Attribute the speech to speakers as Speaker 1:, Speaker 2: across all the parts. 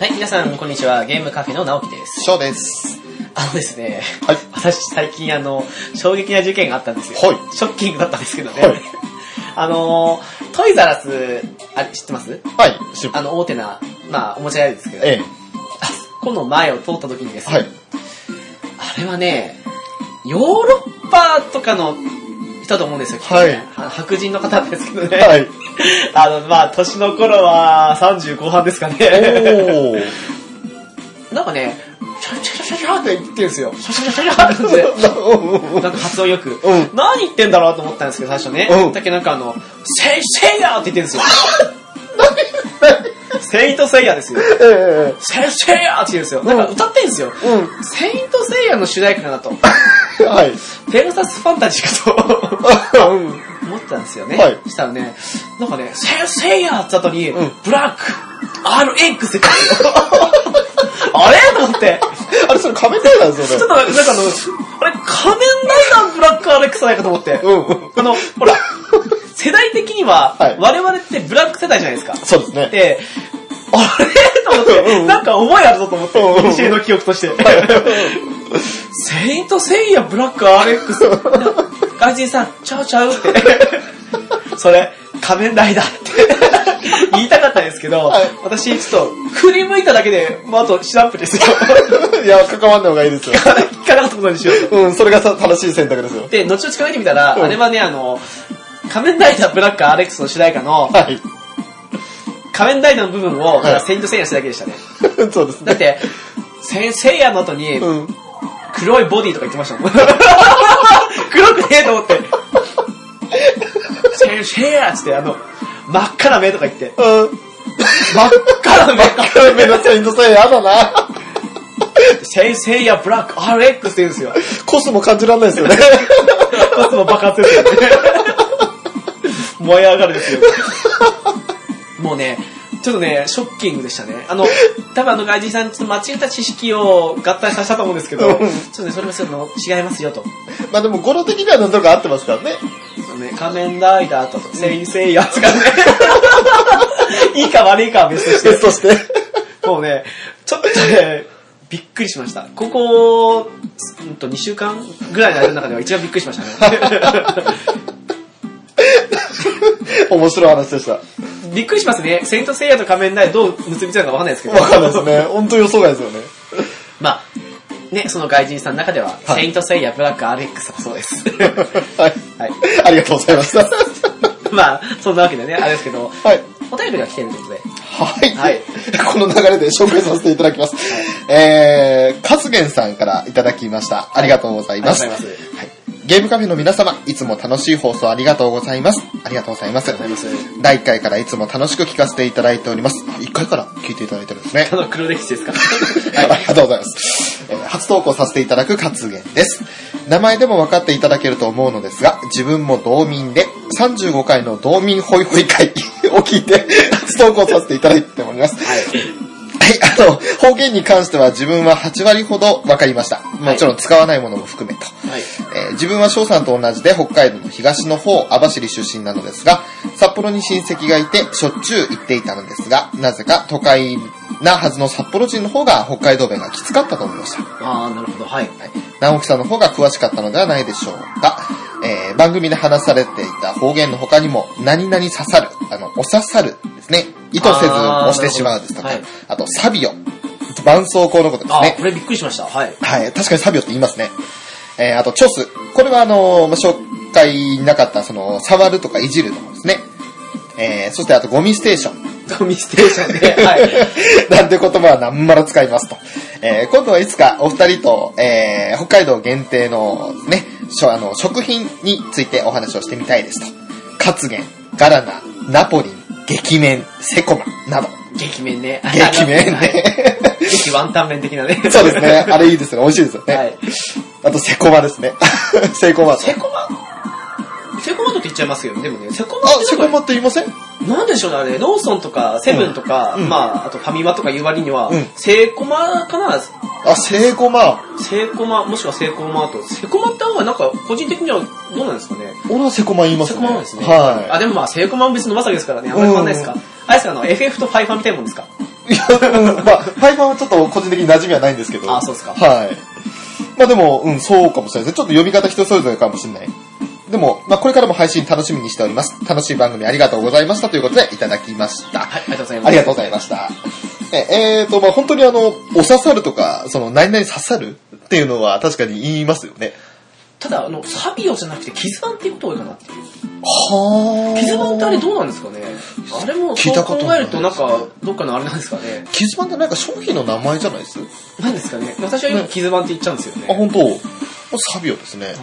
Speaker 1: はい、皆さん、こんにちは。ゲームカフェの直樹です。
Speaker 2: ショーです。
Speaker 1: あのですね、
Speaker 2: はい
Speaker 1: 私、最近、あの、衝撃な事件があったんですよ。
Speaker 2: はい
Speaker 1: ショッキングだったんですけどね。
Speaker 2: はい
Speaker 1: あの、トイザラス、あれ、知ってます
Speaker 2: はい、し
Speaker 1: あの、大手な、まあ、おもちゃ屋ですけど、
Speaker 2: ええ、
Speaker 1: あそこの前を通った時にですね、
Speaker 2: はい。
Speaker 1: あれはね、ヨーロッパとかの人と思うんですよ、きっとね白人の方ですけどね。
Speaker 2: はい。
Speaker 1: あの、まあ、年の頃は30後半ですかね。
Speaker 2: おー。
Speaker 1: なんかね、シャラシャラシャラシャラって言ってるんですよ。シャラシャラシャラシャラって感じで。
Speaker 2: うん
Speaker 1: なんか発音よく、
Speaker 2: うん
Speaker 1: 何言ってんだろうと思ったんですけど、最初ね。
Speaker 2: うん
Speaker 1: だけどなんかあの、セイ、セイヤーって言ってるんですよ。セイントセイヤーですよ。
Speaker 2: ええ、
Speaker 1: セイ、セイヤーって言うんですよ。なんか歌ってんですよ。
Speaker 2: う
Speaker 1: セイントセイヤーの主題歌だなと。
Speaker 2: ん。はい。
Speaker 1: ペルサスファンタジーかと。
Speaker 2: うん
Speaker 1: 思ってたんですよね。
Speaker 2: はい
Speaker 1: したらね、なんかね、セイセイヤーって後に、
Speaker 2: うん
Speaker 1: ブラック、RX って言ったんですよ。 あれと思って。
Speaker 2: あれ、それ仮面ライダーで
Speaker 1: ちょっ
Speaker 2: す
Speaker 1: と
Speaker 2: よね。
Speaker 1: なんかあの、あれ、仮面ライダーブラック RX じゃないかと思って。
Speaker 2: うん。
Speaker 1: この、ほら、世代的には、
Speaker 2: はい
Speaker 1: 我々ってブラック世代じゃないですか。
Speaker 2: そうですね。
Speaker 1: で、あれと思って、
Speaker 2: うん
Speaker 1: なんか覚えあるぞと思って、
Speaker 2: うん
Speaker 1: 私の記憶として。セイントセイヤブラック RX。外人さん、ちゃうちゃうって。それ、仮面ライダーって言いたかったんですけど、
Speaker 2: はい
Speaker 1: 私ちょっと振り向いただけで、もうあとシナップですよ。
Speaker 2: いや、関わんない方がいいですよ。
Speaker 1: 聞かなかったことにしようと。
Speaker 2: うん、それがさ正しい選択ですよ。
Speaker 1: で、後々考えてみたら、
Speaker 2: うん
Speaker 1: あれはね、あの、仮面ライダーブラック RX の主題歌の、
Speaker 2: はい。
Speaker 1: 仮面ライダーの部分を、
Speaker 2: はい
Speaker 1: セイントセイヤしただけでしたね。
Speaker 2: そうです
Speaker 1: だっ
Speaker 2: ね。
Speaker 1: て、せせいやの後に、
Speaker 2: うん。
Speaker 1: 黒いボディとか言ってましたもん。 黒くねえと思って。せせいやっつって、あの、真っ赤な目とか言って。
Speaker 2: うん。
Speaker 1: 真っ赤な目
Speaker 2: 仮面のサインドさえやだな。
Speaker 1: せいせいやブラック RX って言うんですよ。
Speaker 2: コスも感じられないですよね。
Speaker 1: 一つの爆発ですよね。燃え上がるですよ。もうね、ちょっとね、ショッキングでしたね。あの、多分あの外人さん、ちょっと間違った知識を合体させたと思うんですけど、ち
Speaker 2: う
Speaker 1: ょ
Speaker 2: ん
Speaker 1: っとね、それもその違いますよと。
Speaker 2: まあでも、語呂的にはなんとか合ってますからね。
Speaker 1: ね、仮面ライダーと、セイセイヤつが ね、いいか悪いかは別と
Speaker 2: ベ
Speaker 1: し
Speaker 2: ストして。
Speaker 1: て、もうね、ちょっとね、びっくりしました。ここ、うんと2週間ぐらいの間の中では一番びっくりしましたね。
Speaker 2: 面白い話でした。わ
Speaker 1: びっくりしますね。セイントセイヤと仮面ライダーどう結びついたのかわかんないですけど。
Speaker 2: かんないで すね。本当予想外ですよね。
Speaker 1: まあ、ね、その外人さんの中では、
Speaker 2: はい
Speaker 1: セイントセイヤ、ブラック、アレックスだそうです。
Speaker 2: はい。
Speaker 1: はい。
Speaker 2: ありがとうございました。
Speaker 1: まあ、そんなわけでね、あれですけど、
Speaker 2: はい。
Speaker 1: お便りが来てるということで。
Speaker 2: は
Speaker 1: は
Speaker 2: い。
Speaker 1: い
Speaker 2: この流れで紹介させていただきます。えー、カスゲンさんからいただきました。ありがとうございます。
Speaker 1: ありがとうござい
Speaker 2: はいゲームカフェの皆様、いつも楽しい放送ありがとうございます。ありがとうございます。
Speaker 1: ありがとうございま
Speaker 2: 第1回からいつも楽しく聞かせていただいております。1回から聞いていただいてるんですね
Speaker 1: あ。の、黒歴史ですか
Speaker 2: ありがとうございます。えー初投稿させていただく活言です。名前でも分かっていただけると思うのですが、自分も道民で、35回の道民ホイホイ会 を聞いて、初投稿させていただいております。はい、あの、方言に関しては自分は8割ほど分かりました。もちろん使わないものも含めと。
Speaker 1: はい。
Speaker 2: えー自分は翔さんと同じで北海道の東の方、網走出身なのですが、札幌に親戚がいて、しょっちゅう行っていたのですが、なぜか都会なはずの札幌人の方が北海道弁がきつかったと思いました。
Speaker 1: ああ、なるほど、はい。
Speaker 2: 直樹さんの方が詳しかったのではないでしょうか。えー番組で話されていた方言の他にも、何々刺さる、あの、お刺さるですね。意図せず押してしまうですとか、
Speaker 1: あー
Speaker 2: あ,、
Speaker 1: なるほ
Speaker 2: と、サビオ、絆創膏のことです
Speaker 1: あ
Speaker 2: ね
Speaker 1: あ、。これびっくりしました。はい。
Speaker 2: はい、確かにサビオって言いますね。えー、あと、チョス。これは、あのーまあ、紹介なかった、その、触るとかいじるのもですね。えー、そして、あと、ゴミステーション。
Speaker 1: ゴミステーションで、はい。
Speaker 2: なんて言葉はなんまら使いますと。えー、今度はいつかお二人と、えー、北海道限定のね、しょあの、食品についてお話をしてみたいですと。カツゲン、ガラナ、ナポリン、激麺、セコマ、など。
Speaker 1: 激麺ね。
Speaker 2: 激麺
Speaker 1: はい
Speaker 2: ね。
Speaker 1: 激ワンタン麺的なね。
Speaker 2: そうですね。あれいいですよね。美味しいですよね。
Speaker 1: はい。
Speaker 2: あと、セコマですね。 セコマ。
Speaker 1: セコマセコマとって言っちゃいますけど、でもね、セコマ
Speaker 2: あ
Speaker 1: っ、て
Speaker 2: セ
Speaker 1: な
Speaker 2: コ
Speaker 1: んか
Speaker 2: マって言いません
Speaker 1: なんでしょうね、あれ、ローソンとか、セブンとか、
Speaker 2: うん
Speaker 1: まあ、あとファミマとかいう割には、
Speaker 2: うん
Speaker 1: セイコマかな
Speaker 2: あ、セイコマ。
Speaker 1: セイコマ、もしくはセイコマと、セコマって方がなんか、個人的にはどうなんですかね。
Speaker 2: 俺はセコマ言いま
Speaker 1: セ
Speaker 2: す
Speaker 1: コ
Speaker 2: ね。
Speaker 1: マはですね。あ、
Speaker 2: は
Speaker 1: でもまあ、セイコマも別のまさですからね、あんまり変わんないですか。あれですか、あの、FF とファイファみたいなもんですか。
Speaker 2: い。いや、うん、まあ、ファイバーはちょっと個人的に馴染みはないんですけど。
Speaker 1: あそうですか
Speaker 2: はい。まあでも、うん、そうかもしれないですね。ちょっと呼び方人それぞれかもしれない。でも、まあこれからも配信楽しみにしております。楽しい番組ありがとうございましたということでいただきました。
Speaker 1: はい、ありがとうございます。
Speaker 2: ありがとうございました。ええーと、まあ、本当にあの、お刺さるとか、その、何々刺さるっていうのは確かに言いますよね。
Speaker 1: ただ、あの、サビオじゃなくて、キズバンっていうこと多いかなっていう。
Speaker 2: は
Speaker 1: キズバンってあれどうなんですかねあれも、
Speaker 2: 聞
Speaker 1: そ
Speaker 2: いた
Speaker 1: う
Speaker 2: こと
Speaker 1: 考
Speaker 2: な
Speaker 1: え
Speaker 2: い
Speaker 1: ると、なんか、どっかのあれなんですかね。
Speaker 2: キズバンってなんか商品の名前じゃないです
Speaker 1: なんですかね。私はよくキズバンって言っちゃうんですよ
Speaker 2: あ、
Speaker 1: ね。
Speaker 2: 本当。もうサビオですね。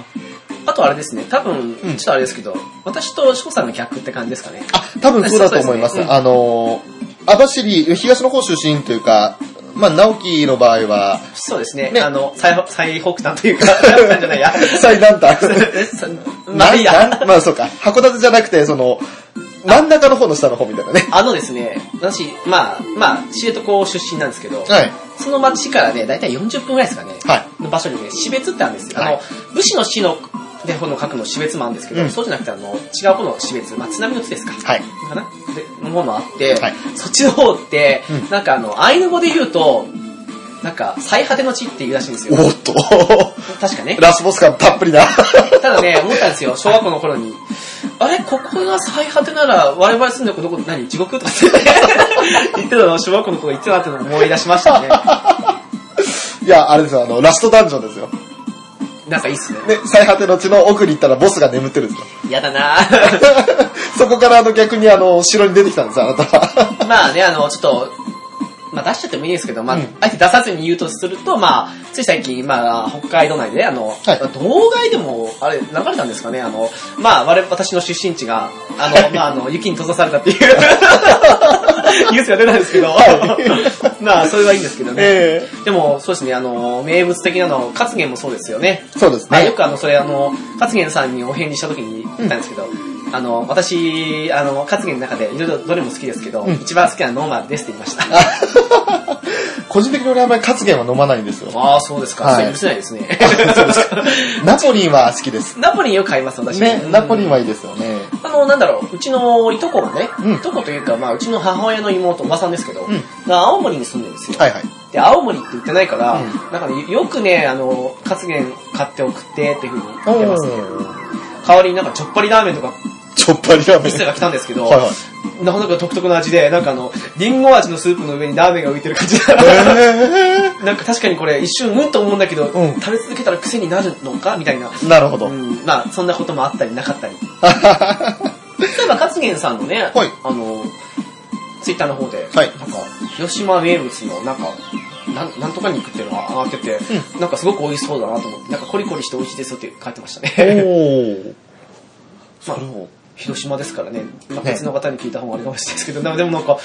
Speaker 1: あとあれですね、多分、ちょ
Speaker 2: ん
Speaker 1: っとあれですけど、私と翔さんが逆って感じですかね。
Speaker 2: あ、多分そうだと思います。
Speaker 1: そうですねうん
Speaker 2: あのー、網走、東の方出身というか、まあ、直樹の場合は、
Speaker 1: そうですね、
Speaker 2: ね
Speaker 1: あの、最北最北端という か、北端じゃないや。
Speaker 2: 最南 端。
Speaker 1: まあいい
Speaker 2: な
Speaker 1: や。
Speaker 2: なまあ、そうか。函館じゃなくて、その、真ん中の方の下の方みたいなね。
Speaker 1: あのですね、私、まあ、まあ、知床出身なんですけど、
Speaker 2: はい。
Speaker 1: その町からね、だいたい40分ぐらいですかね、
Speaker 2: はい
Speaker 1: の場所にね、死別ってあるんですよ。
Speaker 2: はい
Speaker 1: あの、武士の死の、で、ほの書くの死別もあるんですけど、
Speaker 2: うん
Speaker 1: そうじゃなくて、あの、違う方の死別、まあ、津波の津ですか。
Speaker 2: はい。
Speaker 1: かなで、のものあって、
Speaker 2: はい
Speaker 1: そっちの方って、
Speaker 2: うん
Speaker 1: なんかあの、アイヌ語で言うと、なんか、最果ての地っていうらしいんですよ。
Speaker 2: おっと。
Speaker 1: 確かね。
Speaker 2: ラスボス感たっぷりな。
Speaker 1: ただね、思ったんですよ、小学校の頃に。あれ、ここが最果てなら、我々住んでるこどこ、何、地獄とかって 言ってたのを小学校の頃言ってたなってのを思い出しましたね。
Speaker 2: いや、あれですよ、あの、ラストダンジョンですよ。
Speaker 1: なんかいいっすね。
Speaker 2: ね、最果ての地の奥に行ったらボスが眠ってるんですよ。
Speaker 1: やだなぁ
Speaker 2: そこからあの逆にあの、城に出てきたんですよ、あなたは。
Speaker 1: まあね、あの、ちょっと、まあ出しちゃってもいいですけど、まあ、
Speaker 2: うん
Speaker 1: あえて出さずに言うとすると、まあ、つい最近、まあ、北海道内でね、あの、
Speaker 2: い
Speaker 1: 動画でも、あれ、流れたんですかね、あの、まあ、我々、私の出身地が、あの、まあ、あの、雪に閉ざされたっていう、 ニュースが出たんですけど、
Speaker 2: は
Speaker 1: まあ、それはいいんですけどね。
Speaker 2: え
Speaker 1: でも、そうですね、あの、名物的なの、活言もそうですよね。
Speaker 2: えそうです
Speaker 1: まあ、よ
Speaker 2: ね。
Speaker 1: くあの、それあの、勝元さんにお返事した時に言ったんですけど、あの、私、あの、勝元の中でいろいろどれも好きですけど、
Speaker 2: うん
Speaker 1: 一番好きなのはノーマルですって言いました。
Speaker 2: 個人的に俺あんまりカツゲンは飲まないんです よ。
Speaker 1: ああ、そうですか。
Speaker 2: はい
Speaker 1: それ許せないですね。
Speaker 2: ナポリンは好きです。
Speaker 1: ナポリンよく買います、私。
Speaker 2: ね
Speaker 1: う、ん
Speaker 2: ナポリンはいいですよね。
Speaker 1: あの、なんだろう、うちのいとこがね、
Speaker 2: うん
Speaker 1: いとこというか、まあ、うちの母親の妹、おばさんですけど、
Speaker 2: うん
Speaker 1: が青森に住んでるんですよ。
Speaker 2: はいはい。
Speaker 1: で、青森って言ってないから、
Speaker 2: うん
Speaker 1: なんかね、よくね、あの、勝元買って送ってっていうふうに言ってますね。
Speaker 2: うん
Speaker 1: 代わりになんかちょっぱりラーメンとか、
Speaker 2: ちょっぱりラーメン。
Speaker 1: 店が来たんですけど、
Speaker 2: はいはい。
Speaker 1: なかなか独特の味で、なんかあの、リンゴ味のスープの上にラーメンが浮いてる感じだ
Speaker 2: え
Speaker 1: なんか確かにこれ一瞬うんと思うんだけど、
Speaker 2: うん
Speaker 1: 食べ続けたら癖になるのかみたいな。
Speaker 2: ーなるほど。
Speaker 1: う
Speaker 2: はい。
Speaker 1: ん、まあ、そんなこともあったりなかったり。例えば、勝元さんのね、
Speaker 2: はい
Speaker 1: あの、ツイッターの方で、
Speaker 2: はい
Speaker 1: なんか、広島名物の、なんか、なんなんとか肉っていうのが上がってて、なんかすごく美味しそうだなと思って、なんかコリコリして美味しいですよって書いてました
Speaker 2: お
Speaker 1: ね。
Speaker 2: ー。
Speaker 1: まあ
Speaker 2: それを。
Speaker 1: 広島ですからね、まあ、別の方に聞いた方があれかもしれないですけど、でもでもなんか、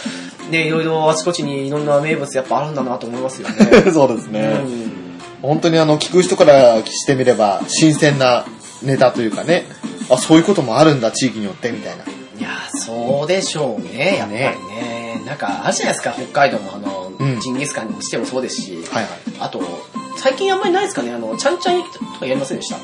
Speaker 1: ね、いろいろあちこちにいろんな名物やっぱあるんだなと思いますよね。
Speaker 2: そうです
Speaker 1: う
Speaker 2: ね。
Speaker 1: ん、
Speaker 2: 本当にあの、聞く人からしてみれば、新鮮なネタというかね、あ、そういうこともあるんだ、地域によって、みたいな。
Speaker 1: いやー、そうでしょうね、やっぱりね。なんか、あるじゃないですか、北海道もあの、
Speaker 2: うん
Speaker 1: ジンギスカンにしてもそうですし、
Speaker 2: はいは
Speaker 1: あと、最近あんまりないですかね、あの、ちゃんちゃん焼きとかやりませんでした
Speaker 2: い。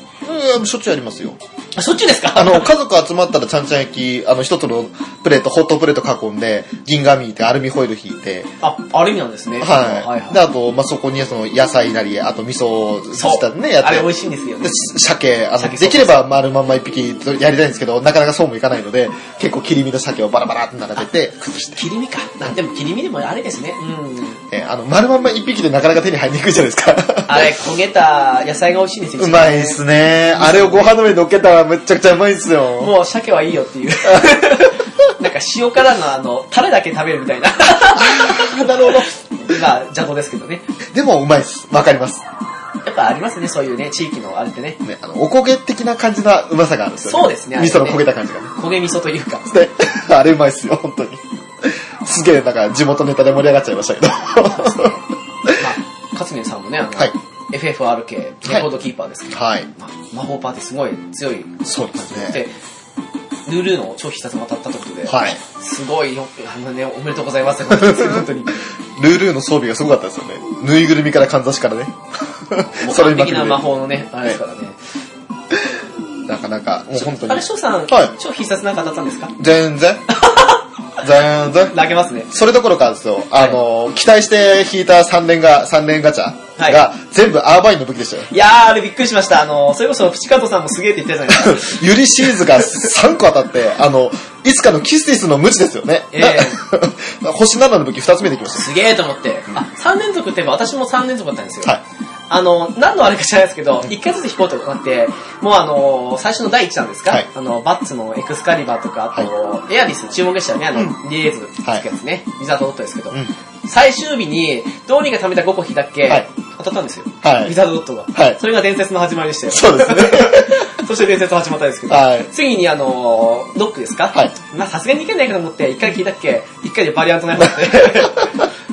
Speaker 2: うん、しょっちゅうやりますよ。
Speaker 1: あ、そっちですか
Speaker 2: あの、家族集まったらちゃんちゃん焼き、あの、一つのプレート、ホットプレート囲んで、銀紙引いて、アルミホイル引いて、
Speaker 1: あ、ある意味なんですね。
Speaker 2: は。
Speaker 1: はいい、はい
Speaker 2: で、あと、まあ、そこにその野菜なり、あと味噌をしたりね、やっ
Speaker 1: あれ美
Speaker 2: て。
Speaker 1: 味しいんですよ
Speaker 2: で
Speaker 1: ね。
Speaker 2: 鮭、あの、
Speaker 1: 鮭
Speaker 2: できれば丸まんま一匹やりたいんですけど、なかなかそうもいかないので、結構切り身の鮭をバラバラって並べて、崩して。
Speaker 1: 切り身か。なんでも切り身でもあれですね。うん。
Speaker 2: えーあの、丸まんま一匹でなかなか手に入りにくいじゃないで すか。
Speaker 1: あれ、焦げた野菜が美味しいんですよ。
Speaker 2: うまいっすね。あれをご飯の上に乗っけたらめちゃくちゃうまいっすよ。
Speaker 1: もう鮭はいいよ っていう。なんか塩辛のあの、タレだけ食べるみたいな。
Speaker 2: なるほど。
Speaker 1: まあ、邪道ですけどね。
Speaker 2: でもうまいっす。わかります。
Speaker 1: やっぱありますね、そういうね、地域のあれってね。
Speaker 2: ね、あの、おこげ的な感じなうまさがあるんですよ、ね。
Speaker 1: そうですねあれ
Speaker 2: 味
Speaker 1: ね
Speaker 2: 噌の焦げた感じがね。
Speaker 1: 焦げ味噌というか。
Speaker 2: で、 あれうまいっすよ、本当に。すげえ、なんか地元ネタで盛り上がっちゃいましたけど。
Speaker 1: まあ、勝元さんもね、あの、
Speaker 2: はい
Speaker 1: FFRK、レコードキーパーですけど、
Speaker 2: はい。
Speaker 1: まあ、魔法パーティーすごい強い。
Speaker 2: そうですね。
Speaker 1: で、ルールーの超必殺も当たったということで、
Speaker 2: はい。
Speaker 1: すごいよ、あのね、おめでとうございますってことですよ本当に。
Speaker 2: ルールーの装備がすごかったですよね。ぬいぐるみからかんざしからね。
Speaker 1: もう
Speaker 2: そ
Speaker 1: 完
Speaker 2: れ今
Speaker 1: 璧な魔法のね、あれですからね。
Speaker 2: なかなか、もう本当
Speaker 1: あ
Speaker 2: に
Speaker 1: れ、。翔さん、
Speaker 2: はい
Speaker 1: 超必殺なんか当たったんですか
Speaker 2: 全然。じゃんじゃん。
Speaker 1: 泣けますね。
Speaker 2: それどころかですよ、あの、期待して引いた3連が、三連ガチャ
Speaker 1: はい
Speaker 2: が、全部アーバインの武器でしたよ。
Speaker 1: いやー、あれびっくりしました。あの、それこそプチカートさんもすげえって言ってたじゃない ですか。
Speaker 2: ユリシーズが3個当たって、あの、いつかのキスティスの無知ですよね。
Speaker 1: ええ
Speaker 2: な 星7の武器2つ目できまし
Speaker 1: すげえと思って。あ、3連続って言えば私も3連続だったんですよ。
Speaker 2: た。はい。
Speaker 1: あの、何のあれか知らないですけど、1回ずつ引こうとなって、もうあの、最初の第1弾ですか、
Speaker 2: はい
Speaker 1: あの、バッツのエクスカリバーとか、あと、エアリス注目でしたよね、あの、リエーズってやつね、ウィザードドットですけど、
Speaker 2: うん
Speaker 1: 最終日に、どうにか貯めた5個引いたっけ、
Speaker 2: はい
Speaker 1: 当たったんですよ。
Speaker 2: はい
Speaker 1: ウィザードドットが。
Speaker 2: はい
Speaker 1: それが伝説の始まりでしたよ。
Speaker 2: そうですね。
Speaker 1: そして伝説の始まったんですけど、
Speaker 2: はい
Speaker 1: 次にあのー、ノックですか
Speaker 2: はい
Speaker 1: まあさすがにいけないかと思って、一回聞いたっけ一回でバリアント ないもんね。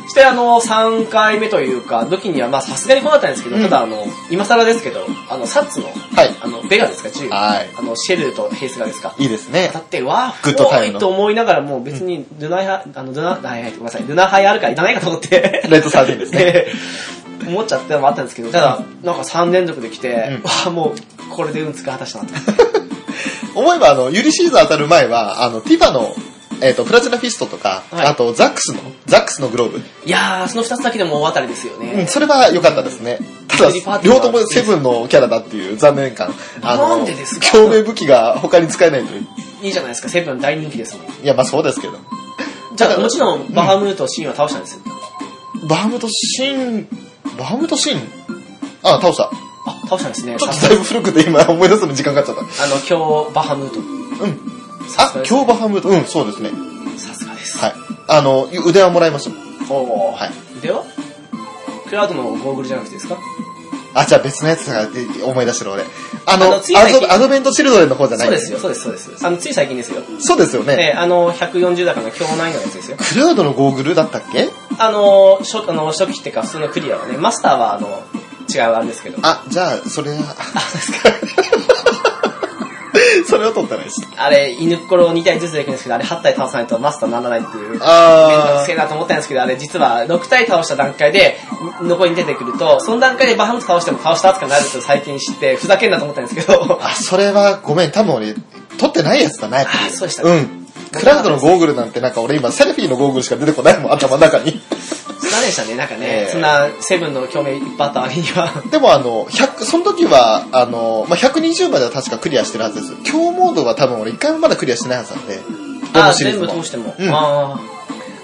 Speaker 1: してあのー、3回目というか、時にはまあさすがに来なかったんですけど、
Speaker 2: うん
Speaker 1: ただあの、今更ですけど、あの、サッツの、
Speaker 2: はい。
Speaker 1: あの、ベガですか、銃。あ
Speaker 2: は
Speaker 1: の、シェルとヘイスガですか。
Speaker 2: い。いいですね
Speaker 1: 当た。って、わあ、
Speaker 2: グッドタ
Speaker 1: 太
Speaker 2: イム
Speaker 1: い
Speaker 2: の
Speaker 1: と思いながら、もう別に、ルナイハ、あの、ルナ、はいはい、ごめんなさい、ルナハイあるからいらないかと思って。
Speaker 2: レッド13ですね。
Speaker 1: えー 思っちゃったのもあったんですけど、ただ、なんか3連続で来て
Speaker 2: うん、
Speaker 1: わあ、もう、これで運つか果たしたなと。
Speaker 2: 思えば、あの、ユリシーズ当たる前は、あの、ティファの、えっと、プラチナフィストとか、
Speaker 1: はい
Speaker 2: あと、ザックスの、ザックスのグローブ。
Speaker 1: いやー、その2つだけでも大当たりですよ
Speaker 2: うん、
Speaker 1: ね。
Speaker 2: それは良かったですね。ただ
Speaker 1: ユリパー、ティー
Speaker 2: 両
Speaker 1: は
Speaker 2: ともセブンのキャラだっていう残念感。
Speaker 1: なんでですか
Speaker 2: 共鳴武器が他に使えないという。
Speaker 1: いいじゃないですか、セブン大人気ですもん。
Speaker 2: いや、まあそうですけど。
Speaker 1: じゃあ、もちろん、バハムート、シーンは倒したんですよ。
Speaker 2: バハムとシン、バハムとシンあ倒した。
Speaker 1: あ、倒したんですね。
Speaker 2: ちょっとだいぶ古くて今思い出すのに時間かかっちゃっ
Speaker 1: あの、今日、バハムー
Speaker 2: た。うん。
Speaker 1: ト。さす
Speaker 2: あ
Speaker 1: が、です
Speaker 2: 今日バハムと、うん、そうですね。
Speaker 1: さすがです。
Speaker 2: はい。あの、腕はもらいました。
Speaker 1: ほう。
Speaker 2: はい。
Speaker 1: ではクラウドのゴーグルじゃなくてですか
Speaker 2: あ、じゃあ別のやつがで思い出してる俺。あ
Speaker 1: あ
Speaker 2: の、
Speaker 1: の
Speaker 2: ア
Speaker 1: つい最近
Speaker 2: ドアドベントチルドレンの方じゃない
Speaker 1: そうですよ、そうです、そうです。あの、つい最近ですよ。
Speaker 2: そうですよね。
Speaker 1: えー、あの、140だから、今日ないのやつですよ。
Speaker 2: クルードのゴーグルだったっけ
Speaker 1: あの、初あの初期っていうか普通のクリアはね、マスターはあの、違うあれですけど。
Speaker 2: あ、じゃあ、それは。 それを取ったらいいです。
Speaker 1: あれ、犬っころ2体ずつできるんですけど、あれ8体倒さないとマスターにならないっていう。めんどく
Speaker 2: あ
Speaker 1: せえなと思ったんですけど、あれ実は6体倒した段階で、ん残りに出てくると、その段階でバハムト倒しても倒した扱いになると最近知って、ふざけんなと思ったんですけど
Speaker 2: ー。、あ、それはごめん、多分俺、取ってないやつだな、やっぱり
Speaker 1: あそうでした
Speaker 2: うん。クラウドのゴーグルなんてなんか俺今、セルフィーのゴーグルしか出てこないもん、頭の中に。
Speaker 1: そんなでしたね、なんかね、
Speaker 2: えー
Speaker 1: そんなセブンの共鳴いっぱいあった割には。
Speaker 2: でもあの、100、その時は、あの、まあ、120までは確かクリアしてるはずです。強モードは多分俺一回もまだクリアしてないはずなんで。ど
Speaker 1: あ
Speaker 2: の
Speaker 1: ー、
Speaker 2: シリー
Speaker 1: 全
Speaker 2: ズ
Speaker 1: 部
Speaker 2: も
Speaker 1: 通しても。
Speaker 2: うん
Speaker 1: あ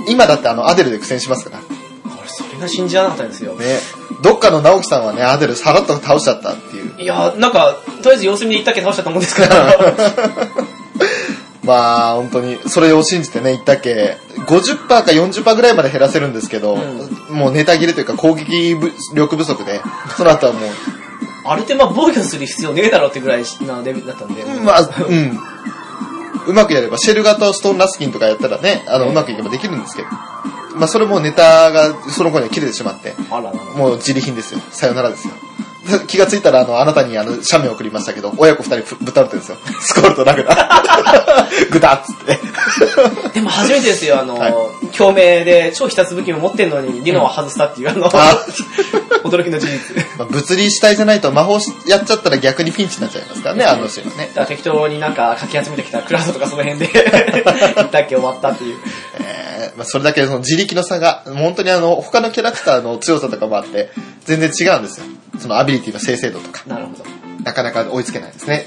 Speaker 2: 今だってあの、アデルで苦戦しますから。
Speaker 1: あ、俺それが信じられなかったんですよ。
Speaker 2: ね。どっかの直樹さんはね、アデルさらっと倒しちゃったっていう。
Speaker 1: いやー、なんか、とりあえず様子見に行ったっけ倒したと思うんですけど。
Speaker 2: まあ、本当に、それを信じてね、言ったっけ、50%か40%ぐらいまで減らせるんですけど、
Speaker 1: う
Speaker 2: もうネタ切れというか攻撃力不足で、その後はもう、
Speaker 1: あれってまあ防御する必要ねえだろうってぐらいなレベルだったんで。
Speaker 2: まあ、うん。うまくやれば、シェル型ストーンラスキンとかやったらね、あの、うまくいけばできるんですけど、まあ、それもネタがその頃には切れてしまって、
Speaker 1: あららら。
Speaker 2: もう自利品ですよ。さよならですよ。気がついたら、あの、あなたに、あの、写メを送りましたけど、親子二人ぶぶったれてるんですよ。スコールとラグダ。 グダっつって。
Speaker 1: でも初めてですよ、あの、
Speaker 2: はい
Speaker 1: 共鳴で超必殺武器も持ってんのに、リノは外したっていう、あの、
Speaker 2: あ
Speaker 1: 驚きの事実。だ
Speaker 2: まあ物理主体じゃないと魔法しやっちゃったら逆にピンチになっちゃいますからね、あのシーンはね。
Speaker 1: から適当になんか書き始めてきたクラウドとかその辺で行ったっけ終わったっていう。
Speaker 2: えーまあ、それだけその自力の差が、本当にあの、他のキャラクターの強さとかもあって、全然違うんですよ。そのアビリティの正々度とか、
Speaker 1: なるほど。
Speaker 2: なかなか追いつけないですね。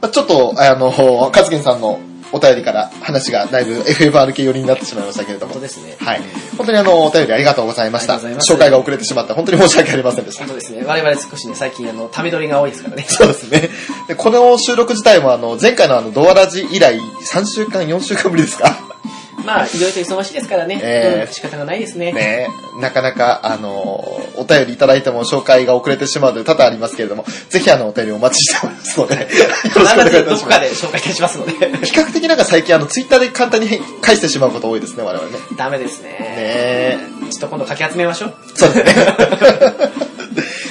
Speaker 2: まあ、ちょっと、あの、カズキンさんのお便りから話がだいぶ FFRK 寄りになってしまいましたけれど
Speaker 1: 本当。
Speaker 2: も
Speaker 1: ですね。
Speaker 2: はい。本当にあの、お便りありがとうございました。
Speaker 1: ありがとうございます
Speaker 2: 紹介が遅れてしまって、本当に申し訳ありませんでした
Speaker 1: 本。当ですね。我々少しね、最近あの、ため取りが多いですからね。
Speaker 2: そうですね。でこの収録自体もあの、前回のあの、ドアラジ以来、3週間、4週間ぶりですか
Speaker 1: まあ、いろいろと忙しいですからね。
Speaker 2: ええ
Speaker 1: うん仕方がないですね。
Speaker 2: ねえなかなか、あの、お便りいただいても紹介が遅れてしまうという多々ありますけれども、ぜひあの、お便りお待ちしておりますので、よろしく
Speaker 1: 必
Speaker 2: お願いい
Speaker 1: ず
Speaker 2: た
Speaker 1: ど
Speaker 2: し
Speaker 1: こ
Speaker 2: ま
Speaker 1: か
Speaker 2: す。
Speaker 1: で紹介いたしますので。
Speaker 2: 比較的なんか最近あの、ツイッターで簡単に返返してしまうこと多いですね、我々ね。ね
Speaker 1: ダメですね。
Speaker 2: え
Speaker 1: ちょっと今度書き集めましょう。
Speaker 2: そうですね。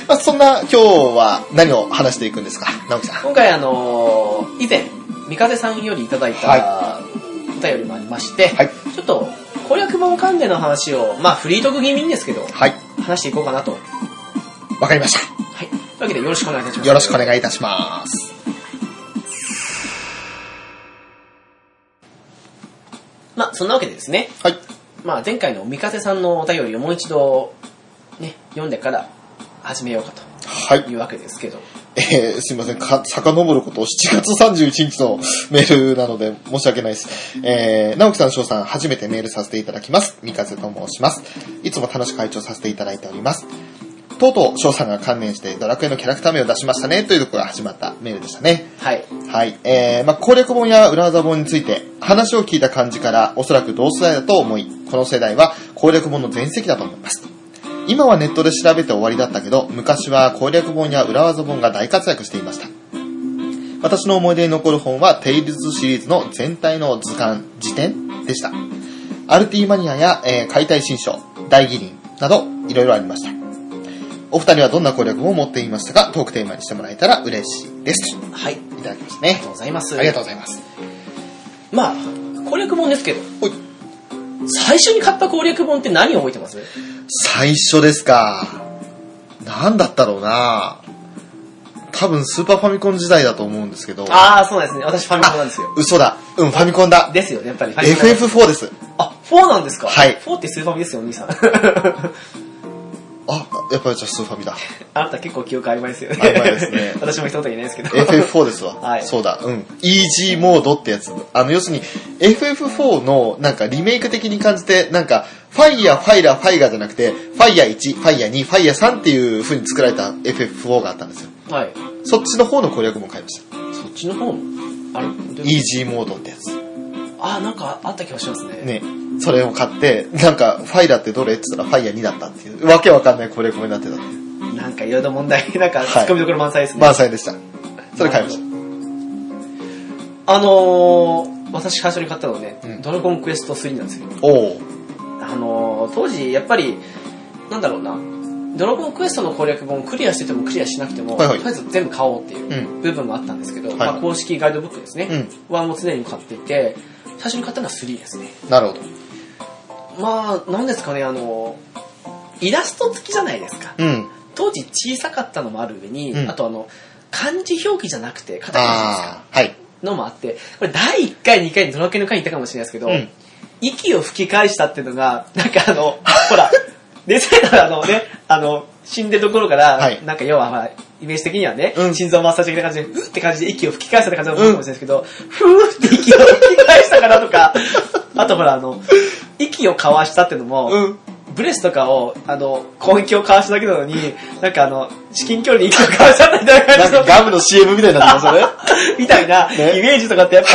Speaker 2: まあそんな今日は何を話していくんですか、直樹さん。
Speaker 1: 今回あのー以前、三風さんよりいただいた
Speaker 2: は
Speaker 1: お便りもありまして、
Speaker 2: はい
Speaker 1: ちょっと攻略本関連の話を、まあフリートーク気味にですけど、
Speaker 2: はい。
Speaker 1: 話していこうかなと。は
Speaker 2: わかりました。
Speaker 1: い。というわけでよろしくお願いいたします。
Speaker 2: よろしくお願いいたします。
Speaker 1: まあそんなわけでですね、
Speaker 2: はい。
Speaker 1: まあ、前回の三風さんのお便りをもう一度、ね、読んでから始めようか
Speaker 2: はい
Speaker 1: とい。うわけですけど、
Speaker 2: えーすいません、か、遡ること、7月31日のメールなので申し訳ないです。えー、直樹さん、翔さん、初めてメールさせていただきます。三風と申します。いつも楽しく会長させていただいております。とうとう、翔さんが関連してドラクエのキャラクター名を出しましたね、というところが始まったメールでしたね。
Speaker 1: はい。
Speaker 2: はい。えー、まあ、攻略本や裏技本について、話を聞いた感じから、おそらく同世代だと思い、この世代は攻略本の全盛期だと思います。今はネットで調べて終わりだったけど、昔は攻略本や裏技本が大活躍していました。私の思い出に残る本は、テイルズシリーズの全体の図鑑、辞典でした。アルティマニアや、えー解体新書、大義輪など、いろいろありました。お二人はどんな攻略本を持っていましたか、トークテーマにしてもらえたら嬉しいです。
Speaker 1: はい。あり
Speaker 2: いただきましたね
Speaker 1: がと。うございます。
Speaker 2: ありがとうございます。
Speaker 1: まあ、攻略本ですけど、
Speaker 2: おい
Speaker 1: 最初に買った攻略本って何を覚えてます
Speaker 2: 最初ですか。なんだったろうな多分スーパーファミコン時代だと思うんですけど。
Speaker 1: ああ、そうなんですね。私ファミコンなんですよ。
Speaker 2: 嘘だ。うん、ファミコンだ。
Speaker 1: ですよね、やっぱり。ファミコン
Speaker 2: FF4 です。
Speaker 1: あ、4なんですか
Speaker 2: はい
Speaker 1: 4ってスーファミですよ、お兄さん。
Speaker 2: あ、やっぱりじゃあスーファミだ。
Speaker 1: あなた結構記憶曖昧ですよね。
Speaker 2: 曖昧ですね
Speaker 1: 私も一言言えないですけど。
Speaker 2: FF4 ですわ。
Speaker 1: はい
Speaker 2: そうだ。うん。EG モードってやつ。あの、要するに FF4 のなんかリメイク的に感じて、なんか、ファイヤー、ファイラー、ファイガーじゃなくて、ファイヤー1、ファイヤー2、ファイヤー3っていう風に作られた FF4 があったんですよ。
Speaker 1: はい。
Speaker 2: そっちの方の攻略も買いました。
Speaker 1: そっちの方も、あれ、
Speaker 2: EG モードってやつ。
Speaker 1: あー、なんかあった気がしますね。
Speaker 2: ね、それを買って、なんか、ファイラーってどれって言ったら、ファイヤー2だったっていう、わけわかんない攻略本になってたっていう、
Speaker 1: なんかいろいろ問題、 なんか
Speaker 2: はい
Speaker 1: 突っ込みどころ満載ですね。
Speaker 2: 満載でした。それ買いまし
Speaker 1: あのー、私最初に買ったのはね、
Speaker 2: うん
Speaker 1: ドラゴンクエスト3なんですよ。
Speaker 2: た。おお
Speaker 1: あのー、当時、やっぱり、なんだろうな、ドラゴンクエストの攻略本クリアしててもクリアしなくても、
Speaker 2: はいはい
Speaker 1: とりあえず全部買おうっていうう部分があったんですけど、
Speaker 2: い
Speaker 1: まあ、公式ガイドブックですね、
Speaker 2: うん
Speaker 1: ワンを常に買っていて、最初に買ったのは3ですね。
Speaker 2: なるほど。
Speaker 1: まあ、なんですかね、あのー、イラスト付きじゃないですか。
Speaker 2: うん。
Speaker 1: 当時小さかったのもある上に、
Speaker 2: うん
Speaker 1: あとあの、漢字表記じゃなくて、カタカナじゃないですか。
Speaker 2: ああ、はい。
Speaker 1: のもあって、これ第1回、2回にドラクエの回に行ったかもしれないですけど、
Speaker 2: うん
Speaker 1: 息を吹き返したっていうのが、なんかあの、ほら、 冷静なあのね、あの、死んでるところから、
Speaker 2: はい
Speaker 1: なんか要は、まあ、イメージ的にはね、
Speaker 2: うん
Speaker 1: 心臓マッサージ的な感じで、うって感じで息を吹き返したって感じだと思うかもしれないですけど、ふーって息を吹き返したかなと か、あとほら、あの、息を交わしたっていうのも、
Speaker 2: うん。
Speaker 1: ブレスとかを、あの、根気を交わしただけなのに、なんかあの、至近距離に息を交わしちゃったみたいな感
Speaker 2: な
Speaker 1: じ
Speaker 2: ん
Speaker 1: の
Speaker 2: か、ガムの CM みたいになってま
Speaker 1: みたいな
Speaker 2: ね
Speaker 1: イメージとかってやっ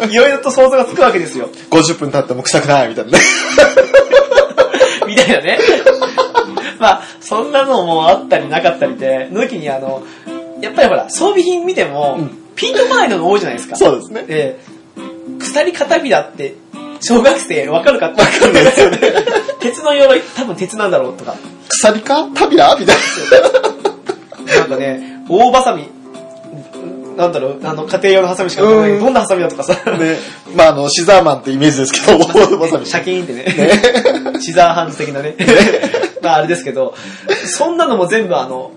Speaker 1: ぱり、いろいろと想像がつくわけですよ。
Speaker 2: すよね。50分経っても臭くないみたいな ね。
Speaker 1: みたいなね。 まあ、そんなのもあったりなかったりで、の時にあの、やっぱりほら、装備品見ても
Speaker 2: うん、
Speaker 1: ピンとこないのが多いじゃないですか。
Speaker 2: そうですね。
Speaker 1: で、鎖片びだって、小学生わかるかってわかんないですよね。 鉄の鎧、多分鉄なんだろうとか。
Speaker 2: 鎖かタビラみたい
Speaker 1: なんかね、大バサミ、なんだろう、あの、家庭用のハサミしか買わな
Speaker 2: う
Speaker 1: い。
Speaker 2: ん
Speaker 1: どんなハサミだとかさ。
Speaker 2: な。ね。 まあ、あの、シザーマンってイメージですけど、まさに。
Speaker 1: シャキーンってね。シザーハンズ的なね。まああれですけど、そんなのも全部あの、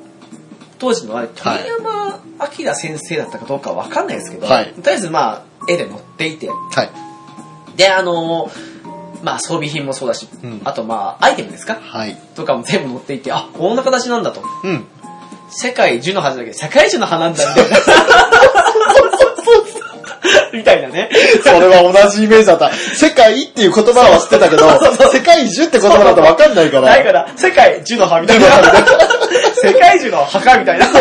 Speaker 1: 当時のあれ、鳥山明先生だったかどうかわかんないですけど、
Speaker 2: はい
Speaker 1: とりあえずまあ、絵で載っていて、
Speaker 2: はい。
Speaker 1: で、あの、まあ装備品もそうだし、
Speaker 2: うん
Speaker 1: あとまあ、アイテムですか
Speaker 2: はい。
Speaker 1: とかも全部載っていて、あ、こんな形なんだと。
Speaker 2: うん。
Speaker 1: 世界樹の花じゃなくて、世界樹の花なんだみたいな。 みたいなね。
Speaker 2: それは同じイメージだった。世界っていう言葉は知ってたけど
Speaker 1: そうそう、
Speaker 2: 世界中って言葉だとわかんないから。
Speaker 1: ないから、世界樹の葉みたいな。世界樹の葉かみたいな。こ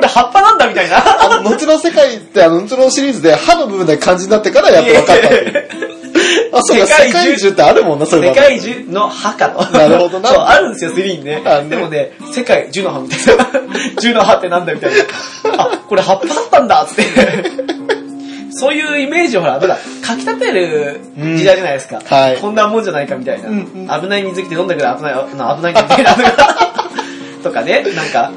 Speaker 1: れ葉っぱなんだみたいな。
Speaker 2: あの、後の世界って、あの、後のシリーズで歯の部分で漢字になってからやっと分かったっていう。あ、そうか、
Speaker 1: 世界中
Speaker 2: 世界中ってあるもんな、そういう
Speaker 1: 世
Speaker 2: の。
Speaker 1: 界樹の葉かと。
Speaker 2: なるほどな
Speaker 1: そう、あるんですよ、3にね
Speaker 2: あ。ね
Speaker 1: でもね、世界樹の葉みたいな。樹の葉ってなんだみたいな。あ、これ葉っぱだったんだっつって。そういうイメージをほら、まだ、かきたてる時代じゃないですか。
Speaker 2: はい
Speaker 1: こんなもんじゃないかみたいな。
Speaker 2: うんうん
Speaker 1: 危ない水着て飲んだけど危ない、あ危ないみたいな。 とかね、なんか、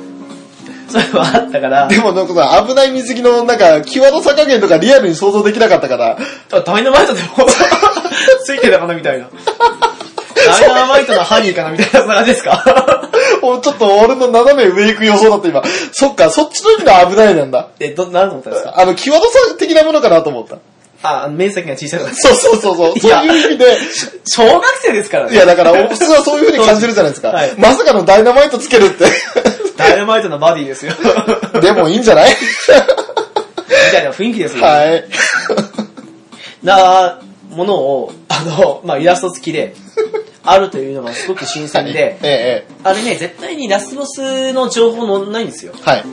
Speaker 1: そういうのあったから。
Speaker 2: でも、なんか危ない水着の、なんか、際どさ加減とかリアルに想像できなかったから、
Speaker 1: あダイナマイトで もついてたかなみたいな。ダイナマイトのハニーかなみたいなそんな感じですか
Speaker 2: おちょっと俺の斜め上行く予想だった今。そっか、そっちの意味の危ないなんだ。
Speaker 1: え、ど、なんと思ったんですか
Speaker 2: あの、際どさ的なものかなと思った。
Speaker 1: あ、面積が小さかった。
Speaker 2: そうそうそうそう。そういう意味で、
Speaker 1: 小学生ですから
Speaker 2: い
Speaker 1: ね。
Speaker 2: やだから普通はそういう風に感じるじゃないですか。
Speaker 1: はい
Speaker 2: まさかのダイナマイトつけるって。
Speaker 1: ダイナマイトのバディ ですよ。み
Speaker 2: でもいいんじゃない
Speaker 1: たいな雰囲気ですよ、ね。
Speaker 2: はい。
Speaker 1: なものを、あの、まあ、イラスト付きで、あるというのがすごく新鮮で、
Speaker 2: えええ
Speaker 1: あれね、絶対にラスボスの情報のないんですよ。
Speaker 2: え。はい。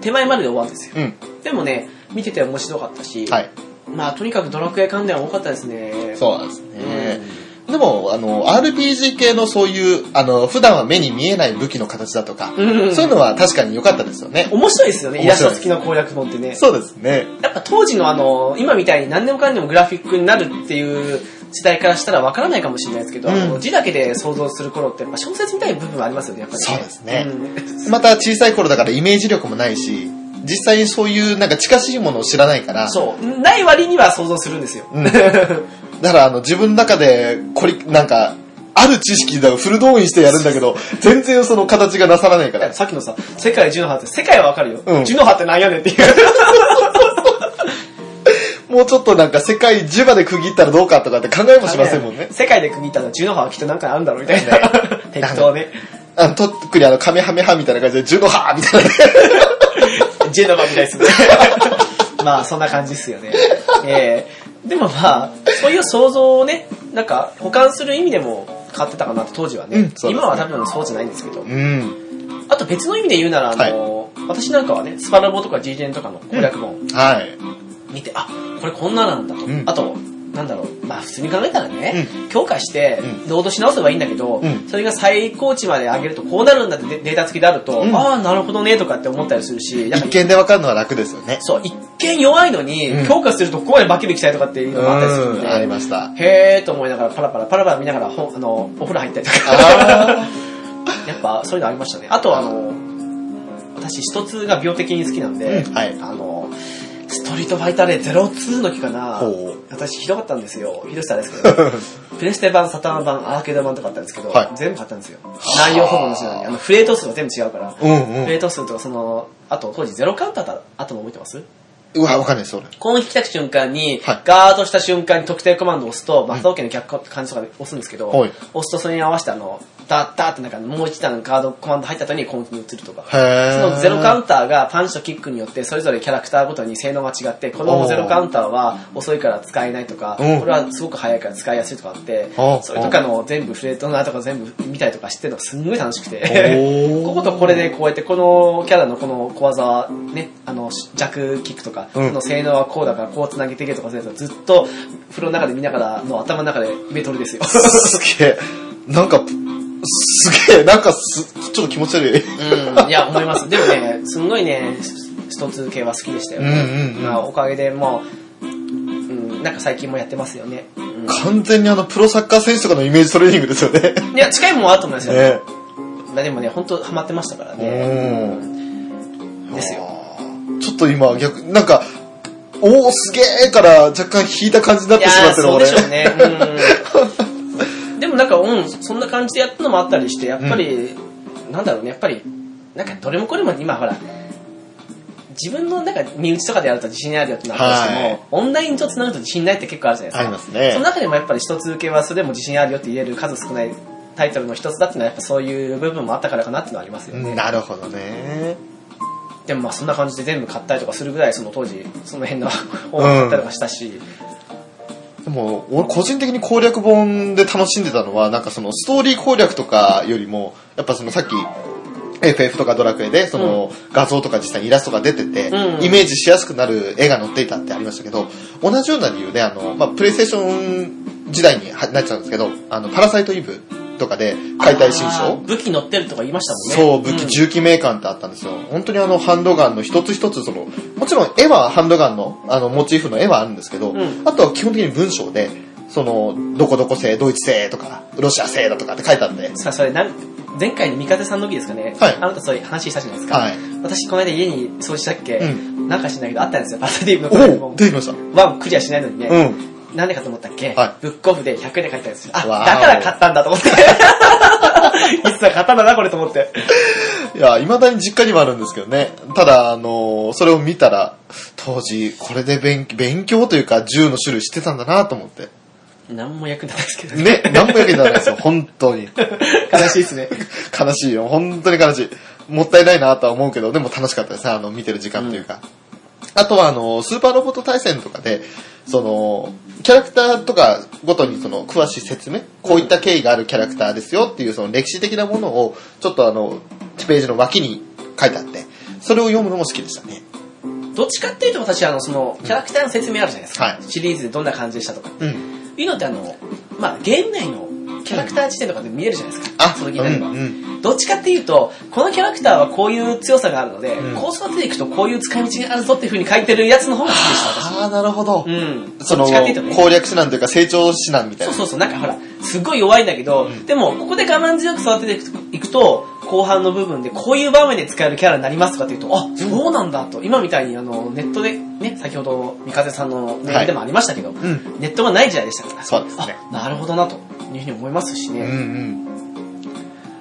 Speaker 1: 手前までで終わるんですよ。
Speaker 2: うん。
Speaker 1: でもね、見てて面白かったし、
Speaker 2: はい。
Speaker 1: まあ、とにかくドラクエ関連は多かったですね。
Speaker 2: そうなんですね。でも、あの、RPG 系のそういう、あの、普段は目に見えない武器の形だとか、
Speaker 1: うんうんうん
Speaker 2: そういうのは確かに良かったですよね。
Speaker 1: 面白いですよね、イ
Speaker 2: 面
Speaker 1: ラス
Speaker 2: 白い
Speaker 1: ト付きの攻略本ってね。
Speaker 2: そうですね。
Speaker 1: やっぱ当時のあの、今みたいに何でもかんでもグラフィックになるっていう時代からしたらわからないかもしれないですけど、
Speaker 2: うん
Speaker 1: あの字だけで想像する頃ってやっぱ小説みたいな部分はありますよね、やっぱり、
Speaker 2: そうですね
Speaker 1: うん
Speaker 2: また小さい頃だからイメージ力もないし、実際にそういうなんか近しいものを知らないから、
Speaker 1: そう。ない割には想像するんですよ。
Speaker 2: うんだからあの自分の中でこれなんかある知識だフル動員してやるんだけど全然その形がなさらないから
Speaker 1: さっきのさ、世界十の葉って、世界はわかるよ。
Speaker 2: うん
Speaker 1: 十の葉ってなんやね んっていう。
Speaker 2: もうちょっとなんか世界10まで区切ったらどうかとかって考えもしませんも んね
Speaker 1: 世界で区切ったら十の葉はきっとなんかあるんだろうみたいな。 適当ね。
Speaker 2: あの特にあのカメハメハみたいな感じで10のハーみたいなね
Speaker 1: ジェノバみたいですね。 まあ、そんな感じですよね。えーでもまあ、そういう想像をね、なんか、保管する意味でも買ってたかなって当時はね。
Speaker 2: うんそうですね
Speaker 1: 今は多分そうじゃないんですけど。
Speaker 2: うん
Speaker 1: あと別の意味で言うなら、あの、私なんかはね、スパラボとか G ジェンとかの攻略本
Speaker 2: はい
Speaker 1: 見て、あ、これこんななんだと。
Speaker 2: うん
Speaker 1: あと、なんだろう、まあ普通に考えたらね、強化して
Speaker 2: う、
Speaker 1: ロードし直せばいいんだけど、
Speaker 2: うん
Speaker 1: それが最高値まで上げるとこうなるんだってデデータ付きであると、
Speaker 2: うん
Speaker 1: ああ、なるほどね、とかって思ったりするし、なんか
Speaker 2: 一見で分かるのは楽ですよね
Speaker 1: そう、一見弱いのに
Speaker 2: うん、
Speaker 1: 強化するとここまで化けてきたりとかっていうのもあったりするん
Speaker 2: うんあり
Speaker 1: で、
Speaker 2: ました
Speaker 1: へーと思いながらパラパラ、パラパラ見ながら 本、あの、お風呂入ったりと
Speaker 2: あ
Speaker 1: か、 やっぱそういうのありましたね。あとあの、私一つが病的に好きなんで、
Speaker 2: うんはい
Speaker 1: あの、ストリートファイターで02の期かな
Speaker 2: ほう、
Speaker 1: 私ひどかったんですよ。ひどしたですけど、 プレステ版、サターン版、アーケード版とかあったんですけど、
Speaker 2: はい
Speaker 1: 全部買ったんですよ。内容ほぼ同じなのに、あの、フレート数が全部違うから、
Speaker 2: うんう
Speaker 1: フ
Speaker 2: ん
Speaker 1: レート数とかその、あと当時ゼロカウンターだった後も覚えてます
Speaker 2: うわ分かんないそれ
Speaker 1: この引き立つ瞬間に、
Speaker 2: はい
Speaker 1: ガードした瞬間に特定コマンドを押すと、松尾家の逆感じとかで押すんですけど、
Speaker 2: はい
Speaker 1: 押すとそれに合わせてあの、ダッダッってなんかもう一段ガードコマンド入った後に攻撃に移るとか。
Speaker 2: へー
Speaker 1: そのゼロカウンターがパンチとキックによってそれぞれキャラクターごとに性能が違って、このゼロカウンターは遅いから使えないとか、こ
Speaker 2: うん
Speaker 1: れはすごく速いから使いやすいとかあって
Speaker 2: あ、
Speaker 1: それとかの全部フレートのあとか全部見たりとかしてるのがすんごい楽しくて。
Speaker 2: おー
Speaker 1: こことこれでこうやってこのキャラのこの小技はね、あの弱キックとか、
Speaker 2: うん
Speaker 1: その性能はこうだからこう繋げていけとかそういうのずっと風呂の中で見ながらの頭の中でメトルですよ。
Speaker 2: すげえ。なんか、すげえ、なんかす、ちょっと気持ち悪い。
Speaker 1: うん、いや、思います。でも ね、すんごいね、一つ系は好きでしたよね。
Speaker 2: うんうんうん
Speaker 1: まあ、おかげでもう、うん、なんか最近もやってますよね。う
Speaker 2: 完全にあの、プロサッカー選手とかのイメージトレーニングですよね。
Speaker 1: ん、いや、近いもんはあると思いますよ。
Speaker 2: ね
Speaker 1: まあでもね、本当ハマってましたから
Speaker 2: う
Speaker 1: ね。
Speaker 2: ん。
Speaker 1: ですよ。
Speaker 2: ちょっと今、逆、なんか、おーすげえから若干引いた感じになっ
Speaker 1: い
Speaker 2: て
Speaker 1: や
Speaker 2: しま
Speaker 1: ー
Speaker 2: ってる
Speaker 1: そう
Speaker 2: 俺
Speaker 1: でしょうね。うん。でもなんか、うん、そんな感じでやったのもあったりして、やっぱり、なんだろうね、やっぱり、なんかどれもこれも今ほら、自分のなんか身内とかでやると自信あるよってなったとしても、
Speaker 2: はい
Speaker 1: オンラインと繋ぐと自信ないって結構あるじゃないですか
Speaker 2: あります
Speaker 1: その
Speaker 2: ね。
Speaker 1: 中でもやっぱり一つ受けはそれでも自信あるよって言える数少ないタイトルの一つだっていうのはやっぱそういう部分もあったからかなっていうのはありますよね。
Speaker 2: なるほどね。
Speaker 1: でもまあそんな感じで全部買ったりとかするぐらいその当時その辺の本を買ったりとかしたし、
Speaker 2: でも、俺個人的に攻略本で楽しんでたのは、なんかそのストーリー攻略とかよりも、やっぱそのさっき、FF とかドラクエで、その画像とか実際にイラストが出てて、
Speaker 1: うん
Speaker 2: イメージしやすくなる絵が載っていたってありましたけど、同じような理由で、あの、まあ、プレイステーション時代にはなっちゃうんですけど、あの、パラサイトイブとかで解体新
Speaker 1: あー
Speaker 2: 書
Speaker 1: 武器乗ってるとか言いました
Speaker 2: そ
Speaker 1: も
Speaker 2: う、
Speaker 1: んね。
Speaker 2: 武器銃器名鑑ってあったんですよ。本当にあの、ハンドガンの一つ一つ、その、もちろん絵はハンドガンの、あの、モチーフの絵はあるんですけど、
Speaker 1: うん
Speaker 2: あとは基本的に文章で、その、どこどこ製、ドイツ製とか、ロシア製だとかって書いてあって
Speaker 1: うん、さあそれなん前回の三風さんの時ですかね、
Speaker 2: はい
Speaker 1: あなたそういう話したじゃないですか、
Speaker 2: はい。
Speaker 1: 私この間家に掃除したっけ、
Speaker 2: う
Speaker 1: なんかしないけどあったんですよパラディームの攻略
Speaker 2: おお
Speaker 1: 本
Speaker 2: 出てきました。
Speaker 1: ワンクリアしないのにね、
Speaker 2: うん。
Speaker 1: なんでかと思ったっけ、
Speaker 2: は
Speaker 1: ブックオフで100円で買ったんですよ。あ、
Speaker 2: わーお
Speaker 1: だから買ったんだと 思って。いつか買ったんだな、これと思って。
Speaker 2: いや、未だに実家にもあるんですけどね。ただ、あの、それを見たら、当時、これで勉勉強というか、銃の種類知ってたんだなと思って。
Speaker 1: 何も役に立たないです
Speaker 2: ね、何も役に立たないですよ、本当に。
Speaker 1: けど。悲しいですね。
Speaker 2: 悲しいよ、本当に悲しい。もったいないなとは思うけど、でも楽しかったですね、あの、見てる時間というか。あとは、あの、スーパーロボット対戦とかで、その、キャラクターとかごとにその、詳しい説明、こういった経緯があるキャラクターですよっていう、その歴史的なものを、ちょっとあの、ページの脇に書いてあって、それを読むのも好きでしたね。
Speaker 1: どっちかっていうと私、あの、その、キャラクターの説明あるじゃないですか。
Speaker 2: はい
Speaker 1: シリーズでどんな感じでしたとか。
Speaker 2: うん。
Speaker 1: いうのってあの、まあ、ゲーム内のキャラクター自体とかで見えるじゃないですか。
Speaker 2: あ、
Speaker 1: その気になれば。
Speaker 2: うんうん
Speaker 1: どっちかっていうと、このキャラクターはこういう強さがあるので、
Speaker 2: うん
Speaker 1: こう育てていくとこういう使い道があるぞっていう風に書いてるやつの方が好きでした、私。
Speaker 2: あー、なるほど。
Speaker 1: うん。
Speaker 2: そ
Speaker 1: ど
Speaker 2: の
Speaker 1: っちかっていうと、ね、
Speaker 2: 攻略指南というか成長指南みたい
Speaker 1: そう
Speaker 2: な。
Speaker 1: そうそう、なんかほら、すごい弱いんだけど、でも、ここで我慢強く育てていくといくと、後半の部分でこういう場面で使えるキャラになりますとかっていうと、あ、そうなんだと、今みたいにあの、ネットでね、先ほど、三風さんのメールでもありましたけど、
Speaker 2: ん
Speaker 1: ネットがない時代でしたから、
Speaker 2: そうですね
Speaker 1: あなるほどなと、いうふうに思いますし
Speaker 2: うんう
Speaker 1: ね。
Speaker 2: ん。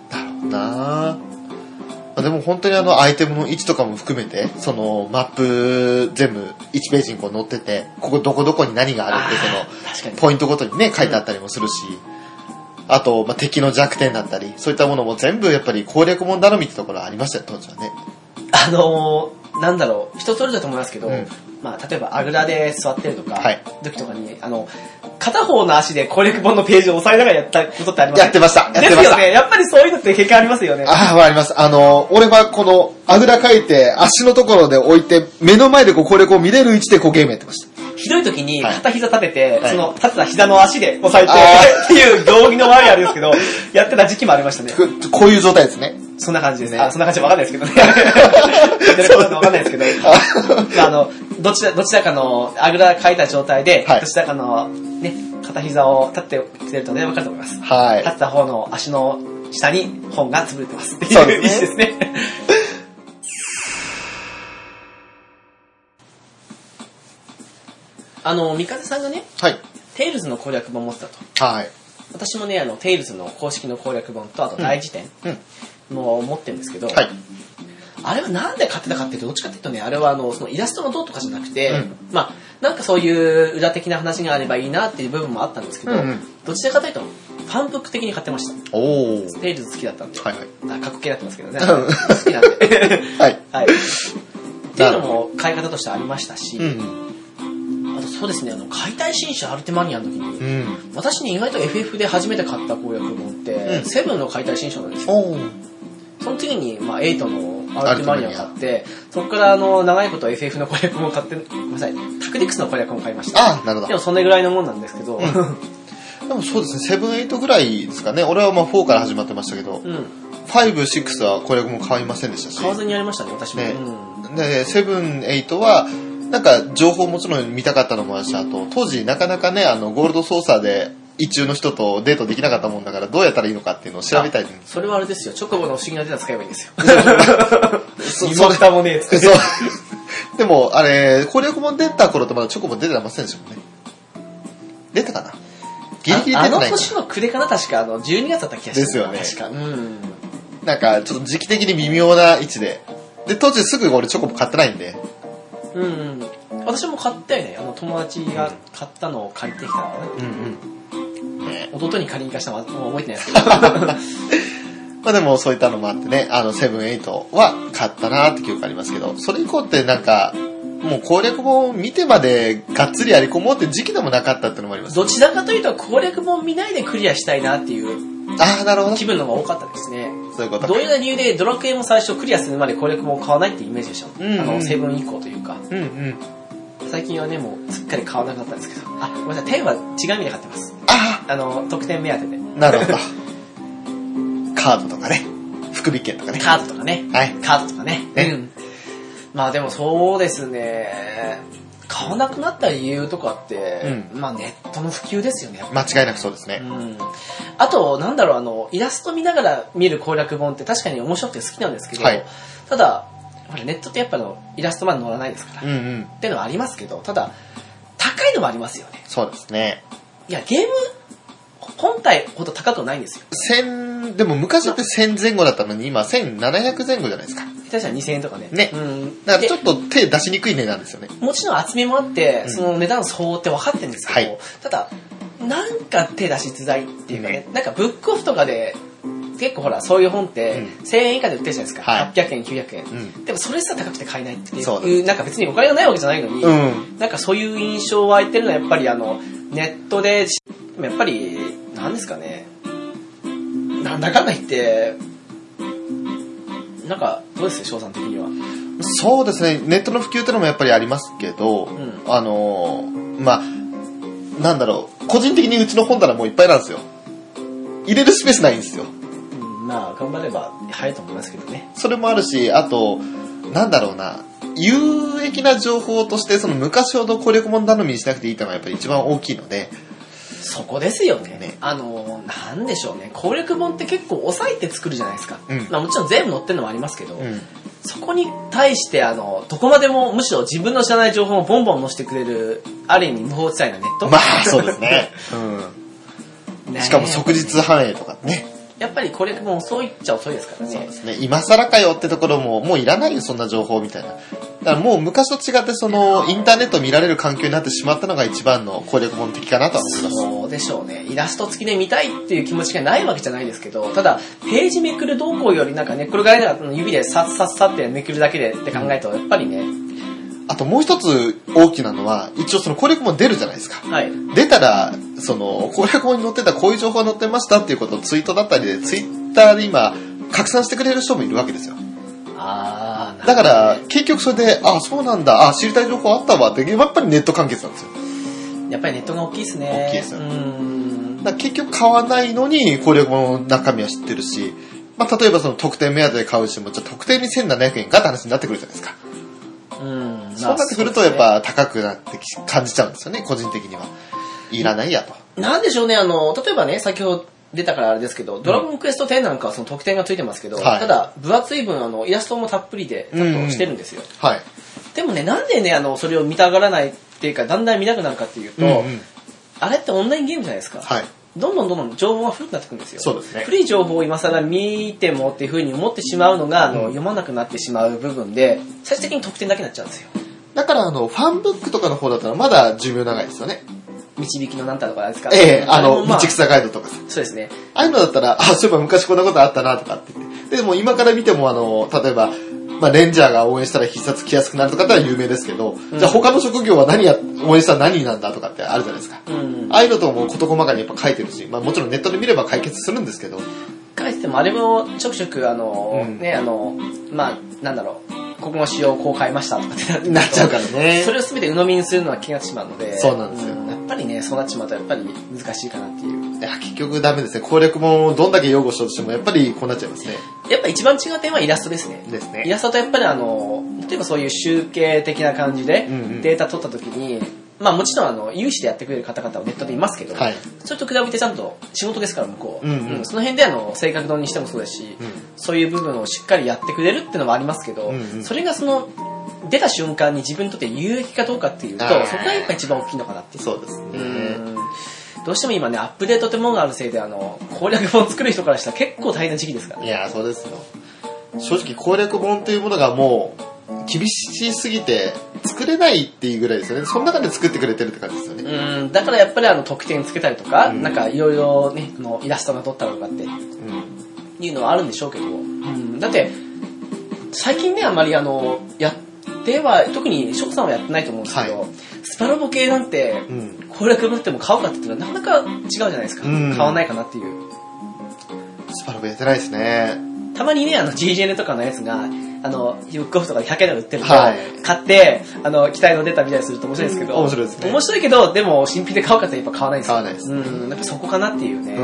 Speaker 2: だろうなあでも本当にあのアイテムの位置とかも含めて、そのマップ全部1ページにこう載ってて、ここどこどこに何があるって
Speaker 1: あー確
Speaker 2: そ
Speaker 1: か
Speaker 2: の
Speaker 1: に
Speaker 2: ポイントごとにね、書いてあったりもするし、あと、まあ、敵の弱点だったり、そういったものも全部やっぱり攻略本頼みってところありましたよ、当時はね。
Speaker 1: あのー、なんだろう、人それぞれだと思いますけど、
Speaker 2: うん
Speaker 1: まあ、例えば、あぐらで座ってるとか、
Speaker 2: はい
Speaker 1: 時とかに、あの、片方の足で攻略本のページを押さえながらやったことってあります
Speaker 2: やってました、やって
Speaker 1: です
Speaker 2: ました
Speaker 1: よ。ね。やっぱりそういうのって経験ありますよね。
Speaker 2: ああ、わかります。あの、俺はこの、あぐらかいて、足のところで置いて、目の前でこう、これこう見れる位置でこうゲームやってました。
Speaker 1: ひどい時に
Speaker 2: はい
Speaker 1: 片膝立てて、
Speaker 2: はい
Speaker 1: その立てた膝の足で押さえて、
Speaker 2: あー
Speaker 1: っていう道着のワイヤーですけど、やってた時期もありましたね。
Speaker 2: ここういう状態ですね。
Speaker 1: そんな感じですね。
Speaker 2: ね
Speaker 1: あ、そんな感じわかんないですけどね。 やってることわかんないですけど。まああの、どちら、どちらかのあぐらかいた状態で、
Speaker 2: はい
Speaker 1: どちらかの、ね、片膝を立ってきてるとね、わかると思います。
Speaker 2: はい
Speaker 1: 立。った方の足の下に本が潰れてます。って
Speaker 2: そう
Speaker 1: いう意
Speaker 2: で
Speaker 1: 思ですすね。 あの、三風さんがね、
Speaker 2: はい。
Speaker 1: テイルズの攻略本を持ってたと。
Speaker 2: はい。
Speaker 1: 私もね、あの、テイルズの公式の攻略本と、あと大辞典
Speaker 2: うん。
Speaker 1: も持ってるんですけど、
Speaker 2: はい。
Speaker 1: あれはなんで買ってたかっていうと、どっちかっていうとね、あれはあの、そのイラストのどうとかじゃなくて、
Speaker 2: うん
Speaker 1: まあ、なんかそういう裏的な話があればいいなっていう部分もあったんですけど、
Speaker 2: うんうん
Speaker 1: どちらかというと、ファンブック的に買ってました。
Speaker 2: おー。
Speaker 1: テイルズ好きだったんで。
Speaker 2: はいは
Speaker 1: あ
Speaker 2: い
Speaker 1: 過去形になってますけどね。
Speaker 2: うん
Speaker 1: 好きなん で。
Speaker 2: はい。
Speaker 1: はい。っていうのも買い方としてありましたし、
Speaker 2: うん。
Speaker 1: あとそうですね、あの、解体新書アルテマニアの時に、
Speaker 2: うん。
Speaker 1: 私ね、意外と FF で初めて買った攻略本って、
Speaker 2: うん
Speaker 1: セブンの解体新書なんですよ。
Speaker 2: おー。
Speaker 1: その次に、まあ、エイトのアルテマニアを買って、そこから、あの、長いこと FF の攻略本を買って、ごめんなさい、タクティクスの攻略本を買いました。
Speaker 2: あー、なるほ
Speaker 1: でも、
Speaker 2: ど。
Speaker 1: それぐらいのもんなんですけど、
Speaker 2: んでもそうですね、セブン、エイトぐらいですかね。俺はまあ4から始まってましたけど、
Speaker 1: うん。
Speaker 2: ファイブ、シックスはこれも買いませんでしたし。
Speaker 1: 買わずにやりましたね、私も。
Speaker 2: ね
Speaker 1: うん。
Speaker 2: で、セブン、エイトは、なんか情報もちろん見たかったのもあるし、あと、当時なかなかね、あの、ゴールド操作で、一中の人とデートできなかったもんだから、どうやったらいいのかっていうのを調べたいんです
Speaker 1: それはあれですよ、チョコボの不思議な手段使えばいいんですよ。
Speaker 2: そ
Speaker 1: 身も蓋もねえ、つって。
Speaker 2: そう。 でも、あれ、攻略本出た頃ってまだチョコも出てませんでしたもんね。出たかなギリギリ
Speaker 1: あ
Speaker 2: 出て
Speaker 1: あの
Speaker 2: ないか
Speaker 1: 年の暮れかな、確か、あの、12月だった気がし
Speaker 2: ですよね
Speaker 1: 確か。うん。
Speaker 2: な。なんか、ちょっと時期的に微妙な位置で。で、当時すぐ俺チョコも買ってないんで。
Speaker 1: うん、うん。私も買ったよね、あの、友達が買ったのを借りてきたのかな。
Speaker 2: うんうん。ね
Speaker 1: 弟に借りに行かしたのはもう覚えてないですけ ど。
Speaker 2: まあでもそういったのもあってね、あの、セブン、エイトは買ったなーって記憶ありますけど、それ以降ってなんか、もう攻略本を見てまでがっつりやり込もうって時期でもなかったってのもあります。
Speaker 1: どちらかというと攻略本見ないでクリアしたいなっていう
Speaker 2: ああ、なるほど。
Speaker 1: 気分の方が多かったですね。
Speaker 2: そういうことか
Speaker 1: 同。様な理由でドラクエも最初クリアするまで攻略本を買わないっていうイメージでした。
Speaker 2: ん
Speaker 1: あの、セブン以降というか。
Speaker 2: うんうん。
Speaker 1: 最近はね、もうすっかり買わなくなったんですけど。あ、ごめんなさい、10は違う意味で買ってます。
Speaker 2: あ
Speaker 1: あの、得点目当てで。
Speaker 2: あ、なるほど。カードとかね。福引券とかね。
Speaker 1: カードとかね。
Speaker 2: はい。
Speaker 1: カードとかね。
Speaker 2: ね
Speaker 1: うん。まあでもそうですね。買わなくなった理由とかって、まあネットの普及ですよね、やっぱり
Speaker 2: 間違いなくそうですね。
Speaker 1: うんあと、なんだろう、あの、イラスト見ながら見る攻略本って確かに面白くて好きなんですけど、
Speaker 2: はい
Speaker 1: ただ、ほらネットってやっぱあのイラストまで載らないですから、
Speaker 2: うんうん。
Speaker 1: っていうのはありますけど、ただ、高いのもありますよね。
Speaker 2: そうですね。
Speaker 1: いや、ゲーム本体ほど高くないんですよ。
Speaker 2: 千、でも昔って1000前後だったのに今1700前後じゃないですか。
Speaker 1: 確かに2000円とかね。
Speaker 2: ね
Speaker 1: うん。
Speaker 2: だからちょ
Speaker 1: で
Speaker 2: っと手出しにくい値段ですよね。
Speaker 1: もちろん厚みもあって、
Speaker 2: うん
Speaker 1: その値段相応って分かってるんですけど、
Speaker 2: はい
Speaker 1: ただ、なんか手出しづらいっていうかね、なんかブックオフとかで、結構ほら、そういう本って、
Speaker 2: う
Speaker 1: 1000円以下で売ってるじゃないですか。
Speaker 2: はい
Speaker 1: 800円、900円。
Speaker 2: うん
Speaker 1: でもそれさ高くて買えないってい
Speaker 2: そうだ
Speaker 1: う、なんか別にお金がないわけじゃないのに、
Speaker 2: うん。
Speaker 1: なんかそういう印象を湧いてるのはやっぱりあの、ネットで、でもやっぱり、なんですかね、なんだかんだ言って、なんか、どうです翔さん的には。
Speaker 2: そうですね、ネットの普及ってのもやっぱりありますけど、
Speaker 1: ん
Speaker 2: あのーまあ、なんだろう、個人的にうちの本棚もういっぱいなんですよ。入れるスペースないんですよ。
Speaker 1: うんまあ、頑張れば早いと思いますけどね。
Speaker 2: それもあるし、あと、なんだろうな、有益な情報として、その昔ほど攻略本頼みにしなくていいってのがやっぱり一番大きいので、
Speaker 1: そこですよね。
Speaker 2: ね
Speaker 1: あの、なんでしょうね。攻略本って結構抑えて作るじゃないですか。
Speaker 2: うん
Speaker 1: まあもちろん全部載ってるのもありますけど、
Speaker 2: うん。
Speaker 1: そこに対して、あの、どこまでもむしろ自分の知らない情報をボンボン載せてくれる、ある意味無法地帯なネット。
Speaker 2: まあ、そうですね。 う
Speaker 1: ね
Speaker 2: ん。しかも即日反映とかね。
Speaker 1: やっぱり攻略本遅いっちゃ遅いですから
Speaker 2: そう
Speaker 1: ね
Speaker 2: で。すね。今更かよってところも、もういらないよ、そんな情報みたいな。だからもう昔と違って、その、インターネットを見られる環境になってしまったのが一番の攻略本的かなとは思います。
Speaker 1: そうでしょうね。イラスト付きで見たいっていう気持ちがないわけじゃないですけど、ただ、ページめくる動向よりなんかね、これがら指でさっさっさってめくるだけでって考えると、やっぱりね、
Speaker 2: あともう一つ大きなのは、一応その攻略本出るじゃないですか。
Speaker 1: はい。
Speaker 2: 出たら、その、攻略本に載ってたこういう情報が載ってましたっていうことをツイートだったりで、ツイッターで今、拡散してくれる人もいるわけですよ。
Speaker 1: あー、
Speaker 2: だから、結局それで、あ、そうなんだ、あ、知りたい情報あったわって、やっぱりネット関係なんですよ。
Speaker 1: やっぱりネットが大きいですね。
Speaker 2: 大きいですよ
Speaker 1: うーん。
Speaker 2: だから結局買わないのに攻略本の中身は知ってるし、まあ、例えばその特典目当てで買う人も、じゃあ特典に1700円かって話になってくるじゃないですか。
Speaker 1: うん。
Speaker 2: そうなってくるとやっぱ高くなってき感じちゃうんですよね、個人的には。いらないやと。
Speaker 1: なんでしょうね、あの、例えばね、先ほど出たからあれですけど、ドラゴンクエスト10なんかはその特典がついてますけど、
Speaker 2: はい
Speaker 1: ただ、分厚い分、あの、イラストもたっぷりで、ちゃんとしてるんですよ。
Speaker 2: はい。
Speaker 1: でもね、なんでね、あの、それを見たがらないっていうか、だんだん見なくなるかっていうと、
Speaker 2: うんうん
Speaker 1: あれってオンラインゲームじゃないですか。
Speaker 2: はい。
Speaker 1: どんどんどんどん情報が古くなってくるんですよ。
Speaker 2: そうですね
Speaker 1: 古い情報を今更見てもっていうふうに思ってしまうのが、あの、
Speaker 2: うん
Speaker 1: 読まなくなってしまう部分で、最終的に得点だけになっちゃうんですよ。
Speaker 2: だからあの、ファンブックとかの方だったらまだ寿命長いですよね。
Speaker 1: 導きのなんたらとかですか
Speaker 2: ええあ
Speaker 1: れ
Speaker 2: の、
Speaker 1: もま
Speaker 2: 道草ガイドとかさ。
Speaker 1: そうですね。
Speaker 2: ああいうのだったら、あ、そういえば昔こんなことあったなとかって言って。でも今から見てもあの、例えば、まあ、レンジャーが応援したら必殺来やすくなるとかってのは有名ですけど、
Speaker 1: うん
Speaker 2: じゃあ他の職業は何や、応援したら何なんだとかってあるじゃないですか。
Speaker 1: うん
Speaker 2: あ。あいうのとかも事細かにやっぱ書いてるし、まあもちろんネットで見れば解決するんですけど、
Speaker 1: 返してもあれもちょくちょくあの、
Speaker 2: うん
Speaker 1: ねあのまあなんだろうここの仕様をこう変えましたとかってなって
Speaker 2: なっちゃうから ね
Speaker 1: そ。れを全て鵜呑みにするのは気がちまうので
Speaker 2: そうなんですよ
Speaker 1: やっぱりねそうなっちまうとやっぱり難しいかなっていう
Speaker 2: いや、結局ダメですね。攻略本をどんだけ擁護しようとしても、やっぱりこうなっちゃいますね。
Speaker 1: やっぱ一番違う点はイラストですね
Speaker 2: です
Speaker 1: イ
Speaker 2: ね。
Speaker 1: ラストとやっぱりあの例えばそういう集計的な感じで
Speaker 2: うんうん
Speaker 1: データ取った時に、まあもちろんあの有志でやってくれる方々はネットでいますけど、
Speaker 2: はい。
Speaker 1: それと比べてちゃんと仕事ですから向こう、
Speaker 2: うんうん
Speaker 1: その辺であの性格論にしてもそうだし、
Speaker 2: うん
Speaker 1: そういう部分をしっかりやってくれるってのはありますけど、
Speaker 2: うんうん
Speaker 1: それがその出た瞬間に自分にとって有益かどうかっていうと
Speaker 2: あー
Speaker 1: そこがやっぱ一番大きいのかなっていう
Speaker 2: そうですね。
Speaker 1: うんどうしても今ねアップデートってものがあるせいであの攻略本作る人からしたら結構大変な時期ですから
Speaker 2: い
Speaker 1: ね
Speaker 2: や、そうですよ。正直攻略本というものがもう、厳しすぎて、作れないっていうぐらいですよね。その中で作ってくれてるって感じですよね。
Speaker 1: うんだからやっぱりあの得点つけたりとか、
Speaker 2: うん
Speaker 1: なんかいろいろねあのイラストが撮ったらとかって
Speaker 2: うん。
Speaker 1: いうのはあるんでしょうけど、だって最近ねあんまりあのやっては特に翔さんはやってないと思うんですけど、
Speaker 2: は
Speaker 1: スパロボ系なんて
Speaker 2: うん。
Speaker 1: 攻略本っても買うかって言ったらなかなか違うじゃないですか、
Speaker 2: うん
Speaker 1: 買わないかなっていう
Speaker 2: スパロボやってないですね。
Speaker 1: たまにねあの GGN とかのやつがあのブックオフとかで100円とか売ってると、
Speaker 2: はい
Speaker 1: 買ってあの機体の出たみたいにすると面白いですけど、
Speaker 2: 面白いですね
Speaker 1: 面白いけどでも新品で買うかってやっぱ買わないんですよ
Speaker 2: 買わないです
Speaker 1: うんやっぱそこかなっていうね、
Speaker 2: う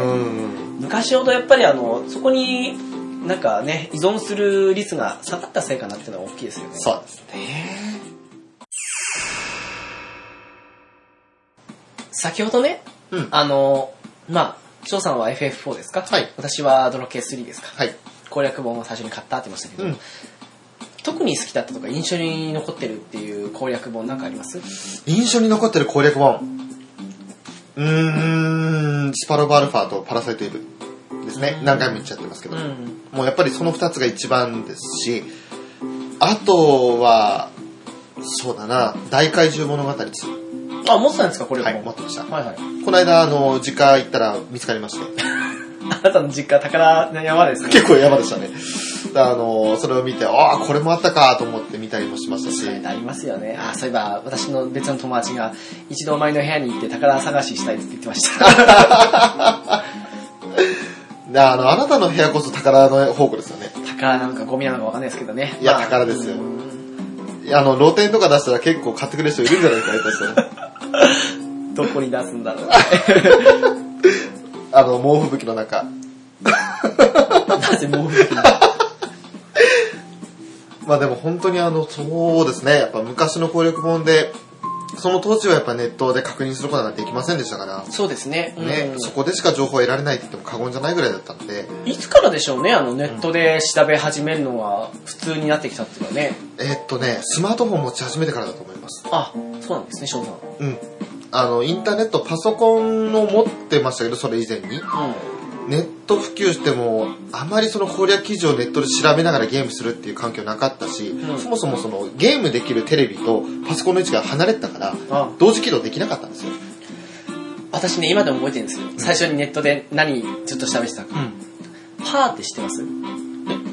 Speaker 2: ん。
Speaker 1: 昔ほどやっぱりあのそこになんかね依存する率が下がったせいかなっていうのは大きいですよね
Speaker 2: そうですね。
Speaker 1: 先ほどね
Speaker 2: うん。
Speaker 1: あのまあ翔さんは FF4 ですか
Speaker 2: はい
Speaker 1: 私はドラケイ3ですか
Speaker 2: はい。
Speaker 1: 攻略本を最初に買ったって言いましたけど、
Speaker 2: うん。
Speaker 1: 特に好きだったとか印象に残ってるっていう攻略本なんかあります
Speaker 2: 印象に残ってる攻略本。うーん、スパロボアルファとパラサイトイブですね。何回も言っちゃってますけど。
Speaker 1: うん
Speaker 2: もうやっぱりその2つが一番ですし、あとは、そうだな、大怪獣物語2。
Speaker 1: あ、持ってたんですかこれも。
Speaker 2: はい、持ってました。
Speaker 1: はいはい。
Speaker 2: この間、あの、実家行ったら見つかりまして。
Speaker 1: あなたの実家、宝の山ですね。
Speaker 2: 結構山でしたね。あの、それを見て、ああ、これもあったかと思って見たりもしましたし。
Speaker 1: ありますよね。あ、そういえば、私の別の友達が、一度前の部屋に行って宝探ししたいって言ってま した。
Speaker 2: であの、あなたの部屋こそ宝の宝庫ですよね。
Speaker 1: 宝なんかゴミなのかわかんないですけどね。
Speaker 2: いや
Speaker 1: まあ
Speaker 2: 宝ですよ
Speaker 1: うん
Speaker 2: いやあの、露店とか出したら結構買ってくれる人いるんじゃないか、下手したら。
Speaker 1: どこに出すんだ ろう。
Speaker 2: あの、猛吹雪の中。
Speaker 1: なぜもう吹雪な
Speaker 2: まあでも本当にあの、そうですね、やっぱ昔の攻略本で、その当時はやっぱネットで確認することなんてできませんでしたから、
Speaker 1: そうですね。うん
Speaker 2: ね、そこでしか情報を得られないって言っても過言じゃないぐらいだったんで、
Speaker 1: いつからでしょうね、あの、ネットで調べ始めるのは普通になってきたっていうかね。
Speaker 2: えーっとね、スマートフォン持ち始めてからだと思います。
Speaker 1: あ、そうなんですね、翔さん。う
Speaker 2: うん。あの、インターネット、パソコンを持ってましたけど、それ以前に。
Speaker 1: ん。
Speaker 2: ネット普及しても、あまりその攻略記事をネットで調べながらゲームするっていう環境なかったし、
Speaker 1: うん
Speaker 2: そもそもそのゲームできるテレビとパソコンの位置が離れてたから、
Speaker 1: あ
Speaker 2: 同時起動できなかったんですよ。
Speaker 1: 私ね、今でも覚えてるんですよ。最初にネットで何ずっと調べてたか。パーって知ってます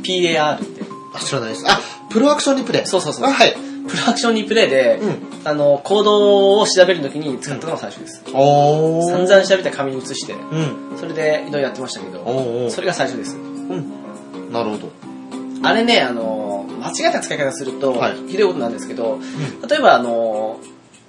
Speaker 1: ?PAR って。
Speaker 2: あ知らないです。あ、プロアクションリプレイ。
Speaker 1: そうそうそう
Speaker 2: あはい。
Speaker 1: プロアクションリプレイで、
Speaker 2: うん。
Speaker 1: あの、行動を調べるときに使ったのが最初です。
Speaker 2: お
Speaker 1: 散
Speaker 2: ー。
Speaker 1: 々調べて紙に写して、
Speaker 2: うん。
Speaker 1: それでいろいろやってましたけど、
Speaker 2: おーお
Speaker 1: そ
Speaker 2: ー。
Speaker 1: れが最初です。
Speaker 2: うん。なるほど。
Speaker 1: あれね、あの、間違えた使い方すると
Speaker 2: はい、
Speaker 1: ひどいことなんですけど、例えばあの、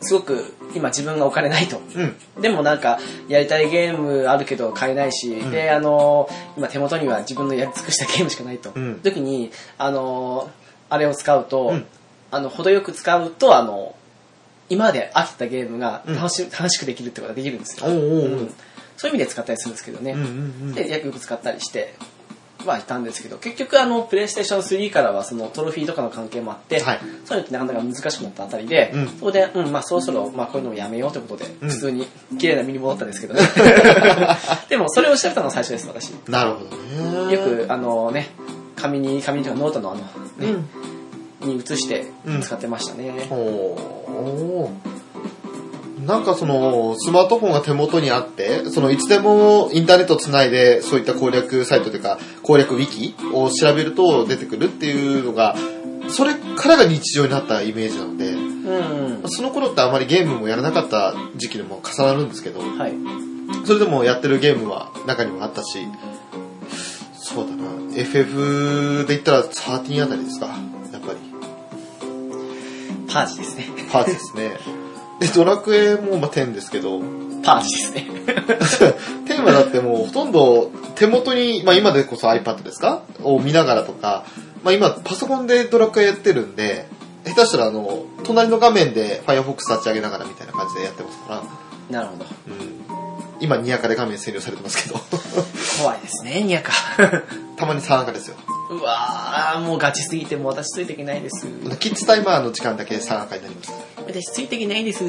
Speaker 1: すごく今自分がお金ないと。
Speaker 2: うん。
Speaker 1: でもなんか、やりたいゲームあるけど買えないし、
Speaker 2: うん
Speaker 1: で、あのー今手元には自分のやり尽くしたゲームしかないと。
Speaker 2: うん
Speaker 1: 時に、あのーあれを使うと、
Speaker 2: うん
Speaker 1: あの、程よく使うと、あの今まで飽きてたゲームが
Speaker 2: うん
Speaker 1: 楽し,、楽しくできるってことができるんです
Speaker 2: おー
Speaker 1: よ。
Speaker 2: おー
Speaker 1: う
Speaker 2: おー
Speaker 1: ん。そういう意味で使ったりするんですけどね。
Speaker 2: うんうん
Speaker 1: で、よく使ったりして、まあ、いたんですけど、結局、あの、プレイステーション3からは、その、トロフィーとかの関係もあって、
Speaker 2: はい
Speaker 1: そういうのってなかなか難しくなったあたりで、
Speaker 2: うん
Speaker 1: そこで、うん、まあ、そろそろ、まあ、こういうのもやめようということで、
Speaker 2: うん
Speaker 1: 普通に、綺麗な身に戻ったんですけどね。 でも、それを調べたのが最初です、私。よ
Speaker 2: うん。なるほどね。
Speaker 1: く、あのね、紙に、紙とかノートのあの、
Speaker 2: う
Speaker 1: ね
Speaker 2: ん。
Speaker 1: に移して
Speaker 2: うん
Speaker 1: 使ってましたね。
Speaker 2: おーなんかそのスマートフォンが手元にあってそのいつでもインターネットをつないでそういった攻略サイトというか攻略ウィキを調べると出てくるっていうのがそれからが日常になったイメージなので
Speaker 1: うん、
Speaker 2: その頃ってあまりゲームもやらなかった時期でも重なるんですけど
Speaker 1: うん。はい。
Speaker 2: それでもやってるゲームは中にもあったしそうだな FF で言ったら13あたりですかやっぱり
Speaker 1: パージですね。
Speaker 2: パーツですね。で、ドラクエもまあ10ですけど、
Speaker 1: パージですね。
Speaker 2: 10はだってもうほとんど手元に、まあ今でこそ iPad ですかを見ながらとか、まあ今パソコンでドラクエやってるんで、下手したらあの、隣の画面で Firefox 立ち上げながらみたいな感じでやってますから、
Speaker 1: なるほど。
Speaker 2: うん。今2やかで画面占領されてますけど、
Speaker 1: 怖いですね、ニヤカ。
Speaker 2: たまに3やかですよ。
Speaker 1: うわー、もうガチすぎて、もう私ついていけないです。
Speaker 2: キッズタイマーの時間だけ3やかになります。
Speaker 1: 私ついていけないです。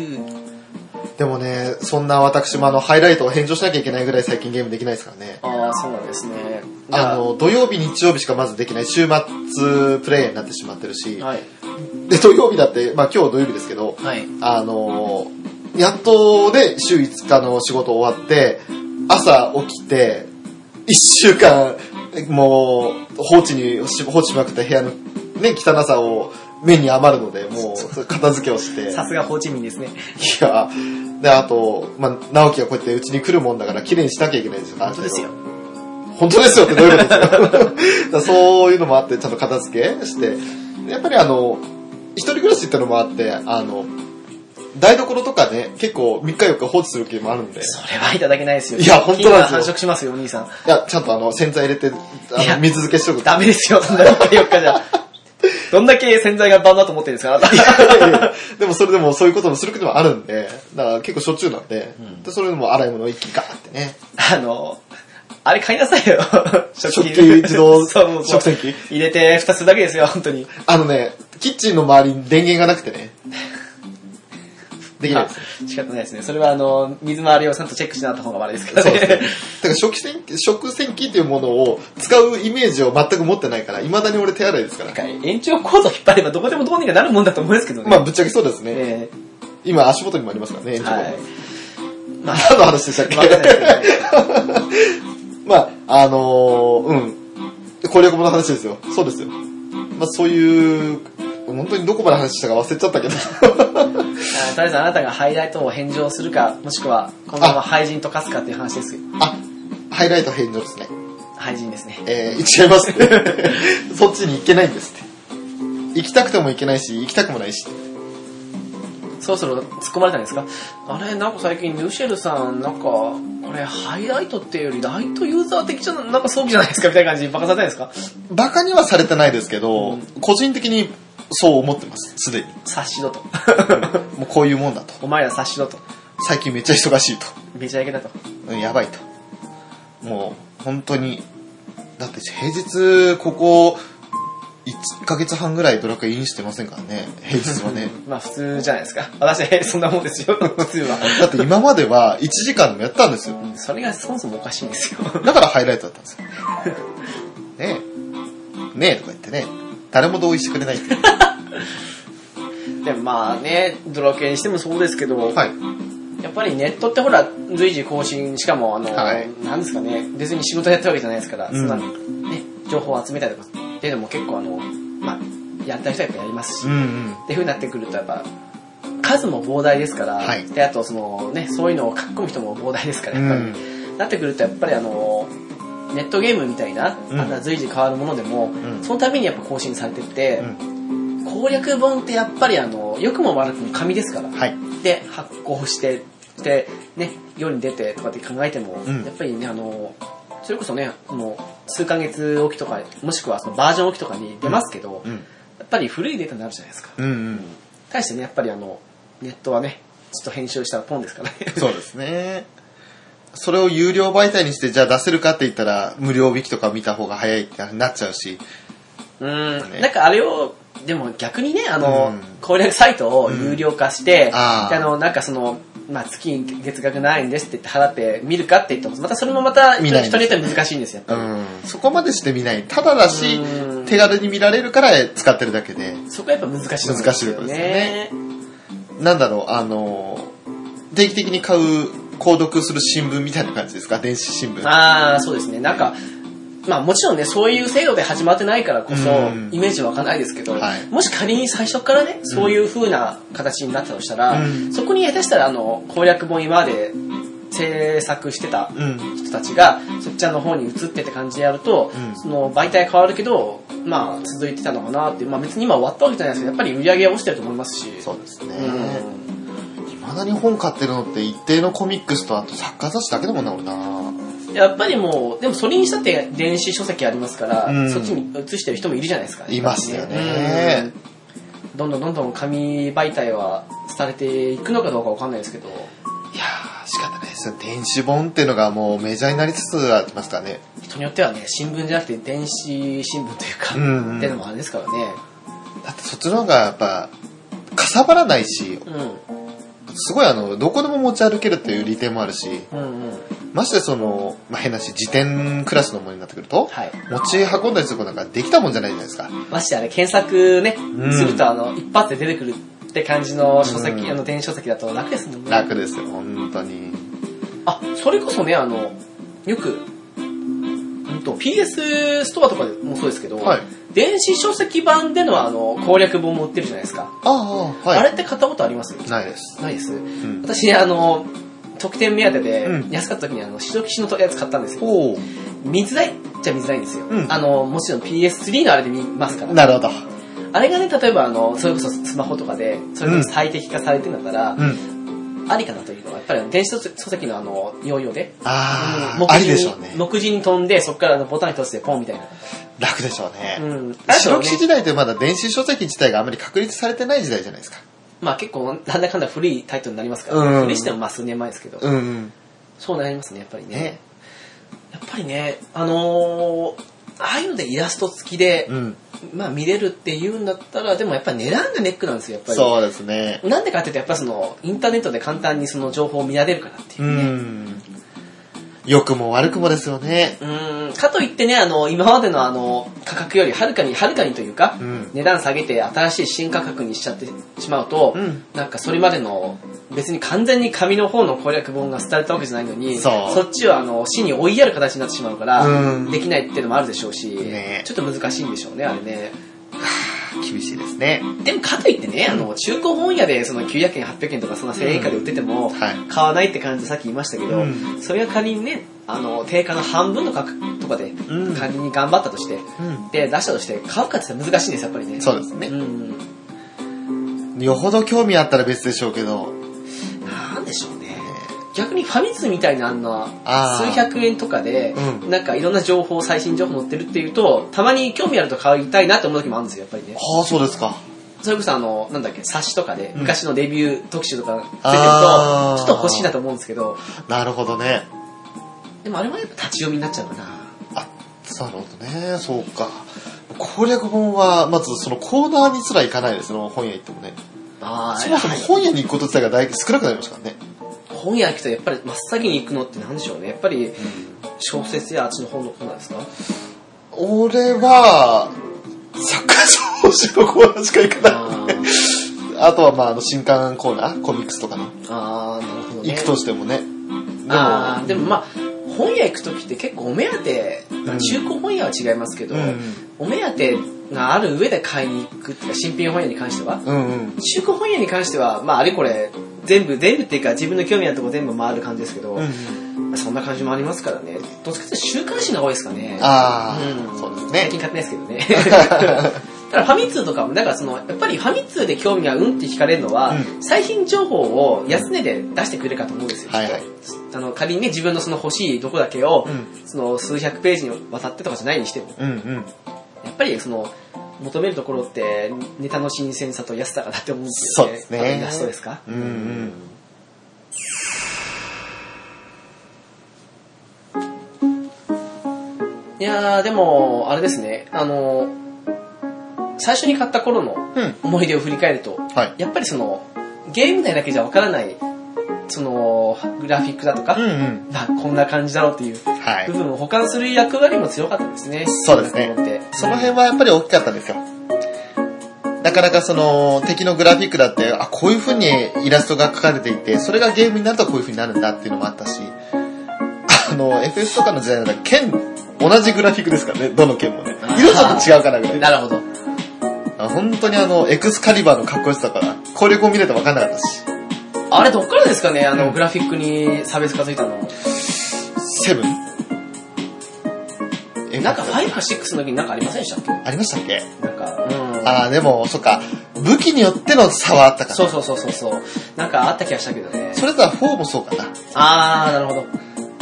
Speaker 2: でもね、そんな私もあの、ハイライトを返上しなきゃいけないぐらい最近ゲームできないですからね。
Speaker 1: ああ、そうなんですね。
Speaker 2: あの、土曜日、日曜日しかまずできない週末プレイになってしまってるし、
Speaker 1: はい。
Speaker 2: で、土曜日だって、まあ今日土曜日ですけど、
Speaker 1: はい。
Speaker 2: あの、やっとで週5日の仕事終わって、朝起きて、1週間、もう放置にし、放置しまくった部屋のね、汚さを目に余るので、もう片付けをして、
Speaker 1: さすがホーチミンですね。
Speaker 2: いや、で、あと、まあ、直樹がこうやってうちに来るもんだから綺麗にしなきゃいけないですよ、ある
Speaker 1: 本当ですよ。
Speaker 2: 程度本当ですよってどういうことですか だからそういうのもあって、ちゃんと片付けして、やっぱりあの、一人暮らしってのもあって、あの、台所とかね、結構3日4日放置する気もあるんで、い
Speaker 1: それはいただけないですよ。
Speaker 2: いや本当なんです
Speaker 1: 菌
Speaker 2: よ
Speaker 1: が繁殖しますよ、お兄さん。
Speaker 2: や、ちゃんとあの、洗剤入れて、
Speaker 1: い
Speaker 2: あ
Speaker 1: や
Speaker 2: の、水漬けしとく。
Speaker 1: ダメですよ、そんな4日4日じゃ。どんだけ洗剤が万だと思ってるんですか、あなた。
Speaker 2: でもそれでもそういうこともすることもあるんで、だから結構しょっちゅうなんで、
Speaker 1: ん
Speaker 2: でそれでも洗い物一気にガーってね。
Speaker 1: あの、あれ買いなさいよ。
Speaker 2: 食器自動
Speaker 1: そうもう
Speaker 2: 食洗機
Speaker 1: 入れて蓋するだけですよ、本当に。
Speaker 2: あのね、キッチンの周りに電源がなくてね。できないです。
Speaker 1: あ仕方ないですね。それは、あの、水回りをちゃんとチェックしなかった方が悪いですけど
Speaker 2: そう
Speaker 1: ね。
Speaker 2: ですね。だから食洗機、食洗機っていうものを使うイメージを全く持ってないから、未だに俺手洗いですから。
Speaker 1: なんか延長コード引っ張ればどこでもどうにかなるもんだと思うんですけどね。
Speaker 2: まあぶっちゃけそうですね。
Speaker 1: え
Speaker 2: 今足元にもありますからね、
Speaker 1: え
Speaker 2: 延長コード
Speaker 1: はい。まあ、
Speaker 2: 何の話でしたっけ
Speaker 1: わかんないですけどね
Speaker 2: まあ、あのーうん。攻略本の話ですよ。そうですよ。まあそういう、本当にどこまで話したか忘れちゃったけど。
Speaker 1: あのとりあえずあなたがハイライトを返上するか、もしくは、このまま廃人と化すかっていう話ですよ。
Speaker 2: あ、ハイライト返上ですね。
Speaker 1: 廃人ですね。
Speaker 2: えー、行っちゃいます ね。そっちに行けないんですって。行きたくても行けないし、行きたくもないし。
Speaker 1: そろそろ突っ込まれたんですかあれ、なんか最近、ルシェルさん、なんか、これ、ハイライトっていうより、ライトユーザー的じゃな、なんか装備じゃないですかみたいな感じにバカされたんですか
Speaker 2: バカにはされてないですけど、
Speaker 1: うん
Speaker 2: 個人的にそう思ってます。すでに。
Speaker 1: 察しろ と。
Speaker 2: もうこういうもんだと。
Speaker 1: お前ら察しろと。
Speaker 2: 最近めっちゃ忙しいと。
Speaker 1: めちゃイケだと。
Speaker 2: うんやばいと。もう、本当に、だって平日、ここ、1ヶ月半ぐらいドラクエインしてませんからね、平日 はね。
Speaker 1: まあ、普通じゃないですか。私、そんなもんです よ、普通は。
Speaker 2: だって今までは1時間でもやったんですよ。
Speaker 1: うんそれがそもそもおかしいんですよ。
Speaker 2: だからハイライトだったんですよ。 ねえ、ねえとか言ってね、誰も同意してくれないっていう。
Speaker 1: でもまあね、ドラケンにしてもそうですけど、
Speaker 2: はい。
Speaker 1: やっぱりネットってほら、随時更新、しかも、あの、
Speaker 2: はい
Speaker 1: なんですかね、別に仕事やったわけじゃないですから、
Speaker 2: うん
Speaker 1: そんなね、情報を集めたりとかっていうのも結構、あの、まあ、やった人はやっぱやりますし、
Speaker 2: うん
Speaker 1: っ
Speaker 2: うん。
Speaker 1: ていう風になってくると、やっぱ、数も膨大ですから、
Speaker 2: はい
Speaker 1: で、あと、そのね、そういうのを書き込む人も膨大ですから、やっぱり、なってくると、やっぱりあの、ネットゲームみたいな、
Speaker 2: うん
Speaker 1: あんな随時変わるものでも、
Speaker 2: ん
Speaker 1: そのためにやっぱ更新されてって
Speaker 2: う、ん。
Speaker 1: 攻略本ってやっぱりあの、良くも悪くも紙ですから、
Speaker 2: はい。
Speaker 1: で発行してでね世に出てとかって考えても、
Speaker 2: うん
Speaker 1: やっぱりねあのそれこそねその数ヶ月おきとかもしくはそのバージョンおきとかに出ますけど、
Speaker 2: う
Speaker 1: や
Speaker 2: ん。
Speaker 1: っぱり古いデータになるじゃないですか
Speaker 2: うんうん。
Speaker 1: 対してねやっぱりあのネットはねちょっと編集したらポンですからね
Speaker 2: そうですね。それを有料媒体にして、じゃあ出せるかって言ったら、無料引きとか見た方が早いってなっちゃうし、
Speaker 1: うーん、
Speaker 2: ね
Speaker 1: なんかあれをでも逆にねあの、
Speaker 2: うん
Speaker 1: 攻略サイトを有料化して、
Speaker 2: あー
Speaker 1: であのなんかそのまあ、月に月額何円ですって言って払って見るかって言ってもまたそれもまた人
Speaker 2: 見
Speaker 1: に
Speaker 2: ない
Speaker 1: よっては難しいんですよ
Speaker 2: うん、そこまでして見ない。ただだし
Speaker 1: う、ん
Speaker 2: 手軽に見られるから使ってるだけで、
Speaker 1: そこはやっぱ難しいと思うんですよね。
Speaker 2: なんだろう、あのー、定期的に買う、購読する新聞みたいな感じですか、電子新聞。
Speaker 1: ああ、そうですね。なんか、まあもちろんね、そういう制度で始まってないからこそ
Speaker 2: うん、
Speaker 1: イメージ湧かないですけど、
Speaker 2: はい
Speaker 1: もし仮に最初からね、そういう風な形になったとしたら、
Speaker 2: うん
Speaker 1: そこに下手したら、あの、攻略本今まで制作してた
Speaker 2: うん。
Speaker 1: 人たちが、そっちの方に移ってって感じでやると、
Speaker 2: うん
Speaker 1: その媒体変わるけど、まあ続いてたのかなって、まあ別に今終わったわけじゃないですけど、やっぱり売り上げは落ちてると思いますし。
Speaker 2: そうですね。
Speaker 1: うん
Speaker 2: 未だに本買ってるのって一定のコミックスとあと作家雑誌だけだもんな、俺な。
Speaker 1: やっぱりもう、でもそれにしたって電子書籍ありますから、
Speaker 2: うん
Speaker 1: そっちに移してる人もいるじゃないですか、
Speaker 2: いますよね
Speaker 1: うんどんどんどんどん紙媒体は廃れていくのかどうかわかんないですけど、
Speaker 2: いやー、仕方ないですよ。電子本っていうのがもうメジャーになりつつありますからね。
Speaker 1: 人によってはね、新聞じゃなくて電子新聞というか、
Speaker 2: うんうん
Speaker 1: ってのもあれですからね。
Speaker 2: だってそっちの方がやっぱ、かさばらないし、
Speaker 1: う
Speaker 2: すごいあの、どこでも持ち歩けるっていう利点もあるし、
Speaker 1: ん。うんうん。
Speaker 2: ましてその、まあ、変なし、辞典クラスのものになってくると、
Speaker 1: はい。
Speaker 2: 持ち運んだりすることなんかできたもんじゃないじゃないですか。
Speaker 1: ましてあれ、検索ね、
Speaker 2: ん
Speaker 1: するとあの、一発で出てくるって感じの書籍、
Speaker 2: うん
Speaker 1: あの、電子書籍だと楽ですもんね。
Speaker 2: 楽ですよ、本当に。
Speaker 1: あ、それこそね、あの、よく、うんと、PS ストアとかでもそうですけど、
Speaker 2: はい
Speaker 1: 電子書籍版でのあの攻略本も売ってるじゃないですか。
Speaker 2: ああ、はい。
Speaker 1: あれって買ったことあります
Speaker 2: ないです。
Speaker 1: ないです。
Speaker 2: うん。
Speaker 1: 私、あの、特典目当てで、
Speaker 2: うん
Speaker 1: 安かった時にあの、白騎士のやつ買ったんですよ。
Speaker 2: おお。
Speaker 1: 見づらいっちゃ見づらいんですよ。
Speaker 2: うん
Speaker 1: あの、もちろん PS3 のあれで見ますから。
Speaker 2: なるほど。
Speaker 1: あれがね、例えばあの、それこそスマホとかで、それこそ最適化されてるんだったら、
Speaker 2: うん。
Speaker 1: ありかなというのは、やっぱり電子書籍のあの、要領で、
Speaker 2: あ
Speaker 1: うん
Speaker 2: あ、ありでしょうね。
Speaker 1: 目次に飛んで、そこからあのボタン一つでポンみたいな。
Speaker 2: 楽でしょうね。
Speaker 1: うん。
Speaker 2: 白騎士
Speaker 1: ね、
Speaker 2: 時代ってまだ電子書籍自体があまり確立されてない時代じゃないですか。
Speaker 1: まあ結構、なんだかんだ古いタイトルになりますから、
Speaker 2: うん
Speaker 1: 古いしてもまあ数年前ですけど、
Speaker 2: うんうん。
Speaker 1: そうなりますね、やっぱりね。
Speaker 2: ね
Speaker 1: やっぱりね、あのーああいうのでイラスト付きで、
Speaker 2: うん。
Speaker 1: まあ見れるって言うんだったら、でもやっぱり値段がネックなんですよ、やっぱり。
Speaker 2: そうですね。
Speaker 1: なんでかっていうと、やっぱその、インターネットで簡単にその情報を見られるからっていううね。
Speaker 2: ん。良くも悪くもですよね。
Speaker 1: うーん、かといってね、あの、今までのあの、価格よりはるかに、はるかにというか、
Speaker 2: うん
Speaker 1: 値段下げて新しい新価格にしちゃってしまうと、
Speaker 2: うん
Speaker 1: なんかそれまでの、別に完全に紙の方の攻略本が廃れたわけじゃないのに、
Speaker 2: そう
Speaker 1: っちはあの、死に追いやる形になってしまうから、
Speaker 2: うん
Speaker 1: できないっていうのもあるでしょうし、
Speaker 2: ね
Speaker 1: ちょっと難しいんでしょうね、あれね。
Speaker 2: 厳しいですね。
Speaker 1: でもかといってね、あの、中古本屋でその900円、800円とかそんな1000円以下で売ってても、
Speaker 2: はい。
Speaker 1: 買わないって感じでさっき言いましたけど、
Speaker 2: うん
Speaker 1: それが仮にね、あの、定価の半分の価格とかで、
Speaker 2: うん
Speaker 1: 仮に頑張ったとして、
Speaker 2: う
Speaker 1: で、出したとして、買うかって言ったら難しいんです、やっぱりね。
Speaker 2: ん。そうです
Speaker 1: う
Speaker 2: ね。
Speaker 1: ん。
Speaker 2: よほど興味あったら別でしょうけど。
Speaker 1: なんでしょうね
Speaker 2: え。
Speaker 1: 逆にファミ通みたいなあんな
Speaker 2: あー
Speaker 1: 数百円とかで、
Speaker 2: う
Speaker 1: なんかいろんな情報、最新情報載ってるっていうと、たまに興味あると買いたいなって思う時もあるんですよ、やっぱりね。
Speaker 2: ー、ああ、そうですか。
Speaker 1: それこそあの、なんだっけ、冊子とかで、
Speaker 2: うん
Speaker 1: 昔のレビュー特集とか出てると、ち
Speaker 2: あ
Speaker 1: ょ
Speaker 2: ー
Speaker 1: っと欲しいなと思うんですけど、
Speaker 2: なるほどね。
Speaker 1: でもあれはやっぱ立ち読みになっちゃうかな。
Speaker 2: あ、なるほどね。そうか。攻略本は、まずそのコーナーにすら行かないですね、本屋行ってもね。
Speaker 1: あー
Speaker 2: そもそも本屋に行くこと自体が大少なくなりますからね。
Speaker 1: 本屋行くとやっぱり真っ先に行くのってなんでしょうねやっぱり小説やあっちの本のコーナー ですか
Speaker 2: 俺は、サッカー少女のコーナーしか行かない。
Speaker 1: あー
Speaker 2: あとは、まあ、あの、新刊コーナー、コミックスとかの、
Speaker 1: あーなるほどね
Speaker 2: 行くとしてもね。で
Speaker 1: あーで
Speaker 2: も、
Speaker 1: もまあ本屋行く時って結構お目当て、まあ中古本屋は違いますけど、
Speaker 2: うん
Speaker 1: お目当てがある上で買いに行くっていうか新品本屋に関しては
Speaker 2: うんうん。
Speaker 1: 中古本屋に関してはまああれこれ全部全部っていうか自分の興味あるとこ全部回る感じですけど、
Speaker 2: うんうん
Speaker 1: まあそんな感じもありますからねどっちかっていうと週刊誌の方が多いですかね
Speaker 2: あ
Speaker 1: う
Speaker 2: あ、
Speaker 1: ん
Speaker 2: そうです
Speaker 1: 最
Speaker 2: ね。
Speaker 1: 近買ってないですけどね。 ただファミ通とかも、なんかその、やっぱりファミ通で興味がうんって惹かれるのは、
Speaker 2: う
Speaker 1: 最新情報を安値で出してくれるかと思うんですよ。
Speaker 2: はいはい
Speaker 1: きっとあの、仮にね、自分のその欲しいどこだけを、
Speaker 2: うん
Speaker 1: その数百ページにわたってとかじゃないにしても、
Speaker 2: うんうん。
Speaker 1: やっぱりその、求めるところって、ネタの新鮮さと安さかなって思うんです
Speaker 2: そ
Speaker 1: よ
Speaker 2: う
Speaker 1: ね。
Speaker 2: ですね
Speaker 1: ファミラストですか、
Speaker 2: うんうん。
Speaker 1: いやー、でも、あれですね、あの、最初に買った頃の
Speaker 2: うん。
Speaker 1: 思い出を振り返ると、
Speaker 2: はい。
Speaker 1: やっぱりその、ゲーム内だけじゃわからない、その、グラフィックだとか、
Speaker 2: うんうん。
Speaker 1: まあ、こんな感じだろうっていう
Speaker 2: はい
Speaker 1: 部。分を補完する役割も強かったですね。
Speaker 2: そうですね
Speaker 1: 思って
Speaker 2: その辺はやっぱり大きかったですよ。なかなかその敵のグラフィックだって、あ、こういう風にイラストが描かれていて、それがゲームになるとこういう風になるんだっていうのもあったし、あの、FF とかの時代なら剣、同じグラフィックですからね、どの剣もね。色ちょっと違うかなぐらい。
Speaker 1: なるほど。
Speaker 2: あ本当にあの、エクスカリバーのかっこよさから、攻略を見れて分かんなかったし、
Speaker 1: あれどっからですかねあの、
Speaker 2: うん
Speaker 1: グラフィックに差別化ついたの。
Speaker 2: セブンえ
Speaker 1: なんか5か6の時になんかありませんでしたっ
Speaker 2: ありましたっけ
Speaker 1: けなんか、うん。
Speaker 2: ああ、でも、そっか、武器によっての差はあったか
Speaker 1: そ
Speaker 2: ら。
Speaker 1: うそうそうそうそう。なんかあった気がしたけどね。
Speaker 2: それとは4もそうかな。
Speaker 1: あー、なるほど。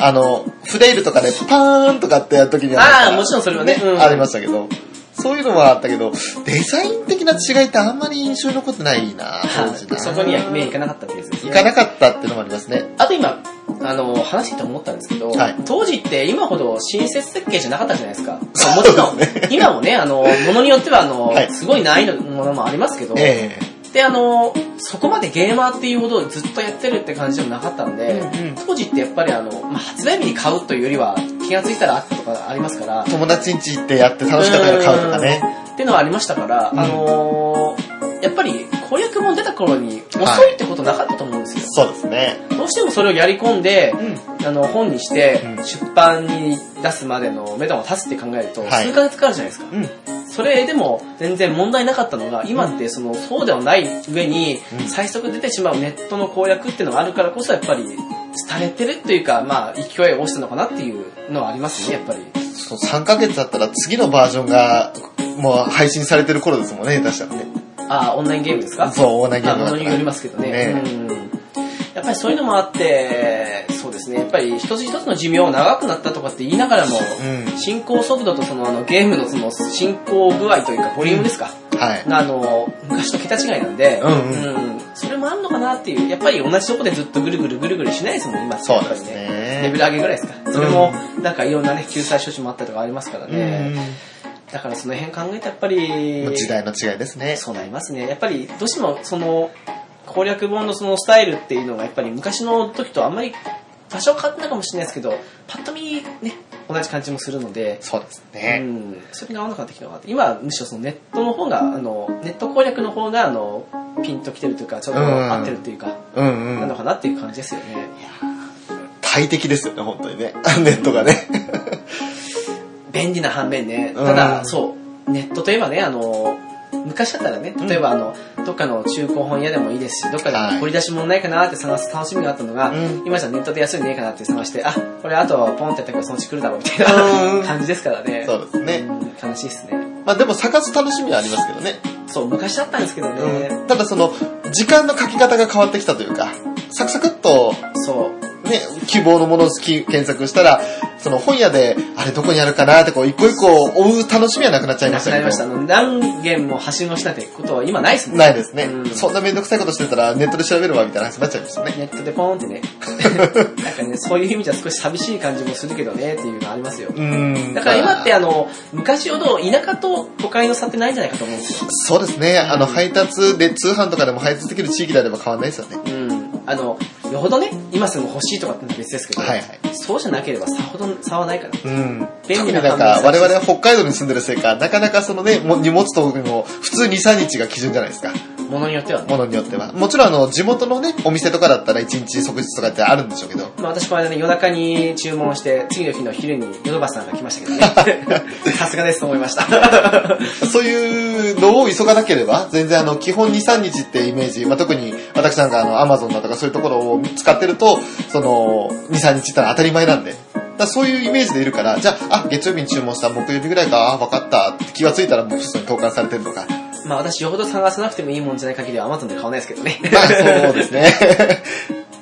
Speaker 2: あの、フレイルとかでパーンとかってやるときに
Speaker 1: あー、もちろんそれはね。うん
Speaker 2: ありましたけど、そういうのはあったけど、デザイン的な違いってあんまり印象に残ってないな、当時な。
Speaker 1: そこには目いかなかったってやつです
Speaker 2: 行
Speaker 1: ね。
Speaker 2: かなかったっていうのもありますね。
Speaker 1: あと今、あの、話してて思ったんですけど、
Speaker 2: はい
Speaker 1: 当時って今ほど親切設計じゃなかったじゃないですか。まあもちろん、今もね、あの、ものによっては、あの、
Speaker 2: はい
Speaker 1: すごい難易度のものもありますけど、
Speaker 2: え
Speaker 1: で、あの、そこまでゲーマーっていうほどずっとやってるって感じでもなかったんで、
Speaker 2: うんうん
Speaker 1: 当時ってやっぱりあの、まあ、発売日に買うというよりは、気がついたらあったとかありますから
Speaker 2: え、友達ん家行ってやって楽しかったから買うとかね。
Speaker 1: っていうのはありましたから、
Speaker 2: うん
Speaker 1: あの、やっぱり攻略本出た頃に遅いってことなかったと思うんですよ。
Speaker 2: そうですね。
Speaker 1: どうしてもそれをやり込んで、あの本にして
Speaker 2: うん
Speaker 1: 出版に出すまでの目処を立つって考えると
Speaker 2: はい
Speaker 1: 数ヶ月かかるじゃないですか、
Speaker 2: うん。
Speaker 1: それでも全然問題なかったのが今ってそのそうではない上に
Speaker 2: うん
Speaker 1: 最速出てしまうネットの攻略っていうのがあるからこそやっぱり廃れてるっていうかまあ勢いを落ちたのかなっていうのはありますねやっぱり
Speaker 2: そう3ヶ月だったら次のバージョンが、もう配信されてる頃ですもんね、下手したらね。
Speaker 1: ああオンラインゲームですか
Speaker 2: そう、オーナーゲ
Speaker 1: ま
Speaker 2: ー
Speaker 1: あ、
Speaker 2: ム
Speaker 1: も
Speaker 2: だ
Speaker 1: の
Speaker 2: っ
Speaker 1: により
Speaker 2: た
Speaker 1: ま
Speaker 2: ら。
Speaker 1: すけどね。
Speaker 2: ね
Speaker 1: うんやっぱりそういうのもあって、そうですね、やっぱり一つ一つの寿命を長くなったとかって言いながらも、
Speaker 2: うん
Speaker 1: 進行速度とそのあのゲームのその進行具合というか、ボリュームですか、
Speaker 2: はい。
Speaker 1: あの、昔と桁違いなんで、
Speaker 2: うんう
Speaker 1: うんそれもあるのかなっていう、やっぱり同じとこでずっとぐるぐるぐるぐるしないですもん、今って
Speaker 2: そうです
Speaker 1: やっぱり
Speaker 2: ね
Speaker 1: レベル上げぐらいですか。それも、なんかいろんなね、救済処置もあったりとかありますからね。
Speaker 2: うん
Speaker 1: だからその辺考えてやっぱり、
Speaker 2: まあ時代の違いですね。
Speaker 1: そうなりますね。やっぱりどうしてもその攻略本のそのスタイルっていうのがやっぱり昔の時とあんまり多少変わったかもしれないですけど、パッと見ね、同じ感じもするので、
Speaker 2: そうです
Speaker 1: う
Speaker 2: ね。
Speaker 1: ん、それが合わなくなってきたのかなって。今はむしろそのネットの方が、あの、ネット攻略の方が、あの、ピンときてるというか、ちょっと
Speaker 2: うん
Speaker 1: 合ってるというか、
Speaker 2: うんう
Speaker 1: なん
Speaker 2: ん
Speaker 1: の。かなっていう感じですよね。
Speaker 2: 快適ですよね、本当にね。 ネットがね。
Speaker 1: 便利な反面ね、
Speaker 2: うん
Speaker 1: ただ、そう、ネットといえばね、あの、昔だったらね、例えばあの、どっかの中古本屋でもいいですし、どっか
Speaker 2: はい
Speaker 1: で掘り出し物ないかなって探す楽しみがあったのが、
Speaker 2: うん
Speaker 1: 今じゃネットで安いのねえかなって探して、あ、これあとポンってやったらそのうち来るだろうみたい
Speaker 2: うん
Speaker 1: な感じですからね。
Speaker 2: そうですね
Speaker 1: ん悲しいですね。
Speaker 2: まあでも探す楽しみはありますけどね。
Speaker 1: そう、昔だったんですけどね、
Speaker 2: うんただその、時間の書き方が変わってきたというか、サクサクっと
Speaker 1: そう、
Speaker 2: ね、希望のものをき検索したら、その本屋で、あれどこにあるかなってこう、一個一個追う楽しみはなくなっちゃいま
Speaker 1: な
Speaker 2: し
Speaker 1: く
Speaker 2: た
Speaker 1: なり
Speaker 2: けど
Speaker 1: まし。 た。あの何件もはしごしなってことは今ないですもんね。
Speaker 2: ないですね、
Speaker 1: うん
Speaker 2: そんなめんどくさいことしてたらネットで調べるわみたいな話になっちゃいましたね。
Speaker 1: ネットでポーンってね。なんかね、そういう意味じゃ少し寂しい感じもするけどね、っていうのありますよ。
Speaker 2: うん。
Speaker 1: だから今ってあの、昔ほど田舎と都会の差ってないんじゃないかと思うんですよ。
Speaker 2: そうですね。あの、配達で、通販とかでも配達できる地域であれば変わんないですよね。
Speaker 1: うん。あの、よほどね、今すぐ欲しいとかってのは別ですけど、
Speaker 2: はいはい。
Speaker 1: そうじゃなければさほど差はないから。
Speaker 2: うん。
Speaker 1: 便
Speaker 2: 特
Speaker 1: 利
Speaker 2: に
Speaker 1: な
Speaker 2: なん
Speaker 1: 感
Speaker 2: か、
Speaker 1: じ
Speaker 2: 我々は北海道に住んでるせいか、なかなかそのね、も荷物とも、普通2、3日が基準じゃないですか。
Speaker 1: ものによってはね。
Speaker 2: ものによっては。もちろんあの、地元のね、お店とかだったら1日即日とかってあるんでしょうけど。
Speaker 1: まあ私この間ね、夜中に注文して、次の日の昼にヨドバシさんが来ましたけどね。さすがですと思いました。
Speaker 2: そういうのを急がなければ、全然あの、基本2、3日ってイメージ、まあ、特に私なんかあの、アマゾンだとかそういうところを使ってると、その、2、3日ってのは当たり前なんで。だからそういうイメージでいるから、じゃあ、あ、月曜日に注文した木曜日ぐらいか、あ、わかったって気がついたらもう普通に投函されてるとか。
Speaker 1: まあ私よほど探さなくてもいいもんじゃない限りは Amazon で買わないですけどね。
Speaker 2: まあ、そうですね。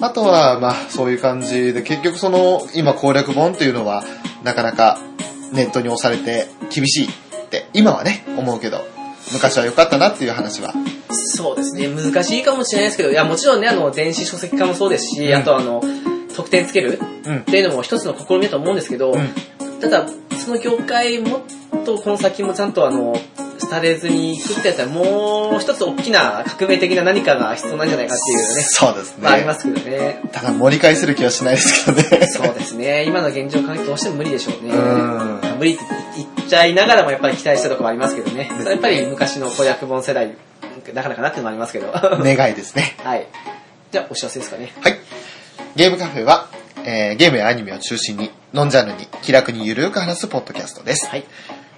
Speaker 2: あとは、まあ、そういう感じで、結局その、今攻略本っていうのは、なかなかネットに押されて厳しいって、今はね、思うけど、昔は良かったなっていう話は。
Speaker 1: そうですね、難しいかもしれないですけど、いや、もちろんね、あの、電子書籍化もそうですし、
Speaker 2: うん
Speaker 1: あとあの、得点つける
Speaker 2: うん
Speaker 1: っ。ていうのも一つの試みだと思うんですけど、
Speaker 2: うん
Speaker 1: ただ、その業界もっとこの先もちゃんとあの、廃れずにいくってやったら、もう一つ大きな革命的な何かが必要なんじゃないかっていうね、
Speaker 2: そうですね。
Speaker 1: まあありますけどね。
Speaker 2: ただ盛り返せる気はしないですけどね。
Speaker 1: そうですね、今の現状環境どうしても無理でしょうね。
Speaker 2: うん
Speaker 1: 無理って言っちゃいながらもやっぱり期待したところもありますけどね。それはやっぱり昔の子役本世代、なかなかなっていうのもありますけど。
Speaker 2: 願いですね。
Speaker 1: はい。じゃあ、お知らせですかね。
Speaker 2: はい。ゲームカフェは、えーゲームやアニメを中心に、ノンジャンルに気楽にゆるく話すポッドキャストです。
Speaker 1: はい。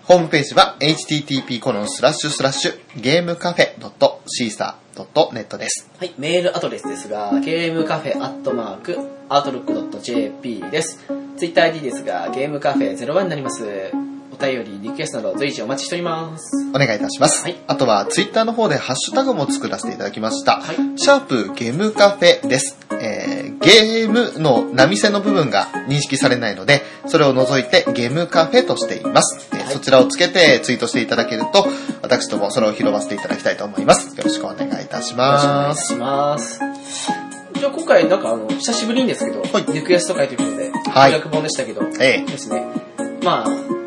Speaker 2: ホームページは http コロンスラッシュスラッシュゲームカフェ .caesar.net です。
Speaker 1: はい、メールアドレスですが、ゲームカフェアットマーク、アートロック .jp です。ツイッター ID ですが、ゲームカフェ01になります。お便り、リクエストなど随時お待ちしております。
Speaker 2: お願いいたします。
Speaker 1: はい
Speaker 2: あとはツイッターの方でハッシュタグも作らせていただきました。
Speaker 1: はい
Speaker 2: シャープゲームカフェです。えーゲームの波線の部分が認識されないので、それを除いてゲームカフェとしています。えー
Speaker 1: はい
Speaker 2: そちらをつけてツイートしていただけると、私ともそれを拾わせていただきたいと思います。よろしくお願いいたし
Speaker 1: よろしくお願い
Speaker 2: ま
Speaker 1: いた
Speaker 2: す。
Speaker 1: します。じゃあ、今回なんかあの、久しぶりにですけど、
Speaker 2: はい
Speaker 1: リクエスト会ということで、
Speaker 2: はい
Speaker 1: 攻略本でしたけど、
Speaker 2: え
Speaker 1: ですね。まあ、うん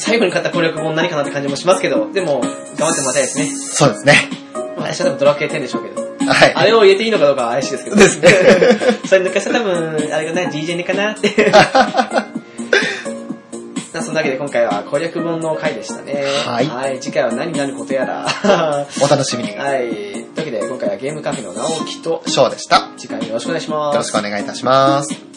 Speaker 1: 最後に買った攻略本何かなって感じもしますけど、でも、頑張ってもらいたいですね
Speaker 2: ー。そうですね。
Speaker 1: まあ私は多分ドラクエ10でしょうけど。
Speaker 2: はい。
Speaker 1: あれを入れていいのかどうかは怪しいですけど。
Speaker 2: ですね。
Speaker 1: それ抜かしたら多分、あれかな、DJ にか なって。まあそんなわけで今回は攻略本の回でしたね。
Speaker 2: はい
Speaker 1: 次回は何になることやら。 は
Speaker 2: お楽しみに。
Speaker 1: い。というわけで今回はゲームカフェの直樹と、
Speaker 2: ショーでした。
Speaker 1: 次回もよろしくお願いします。
Speaker 2: よろしくお願いいたします。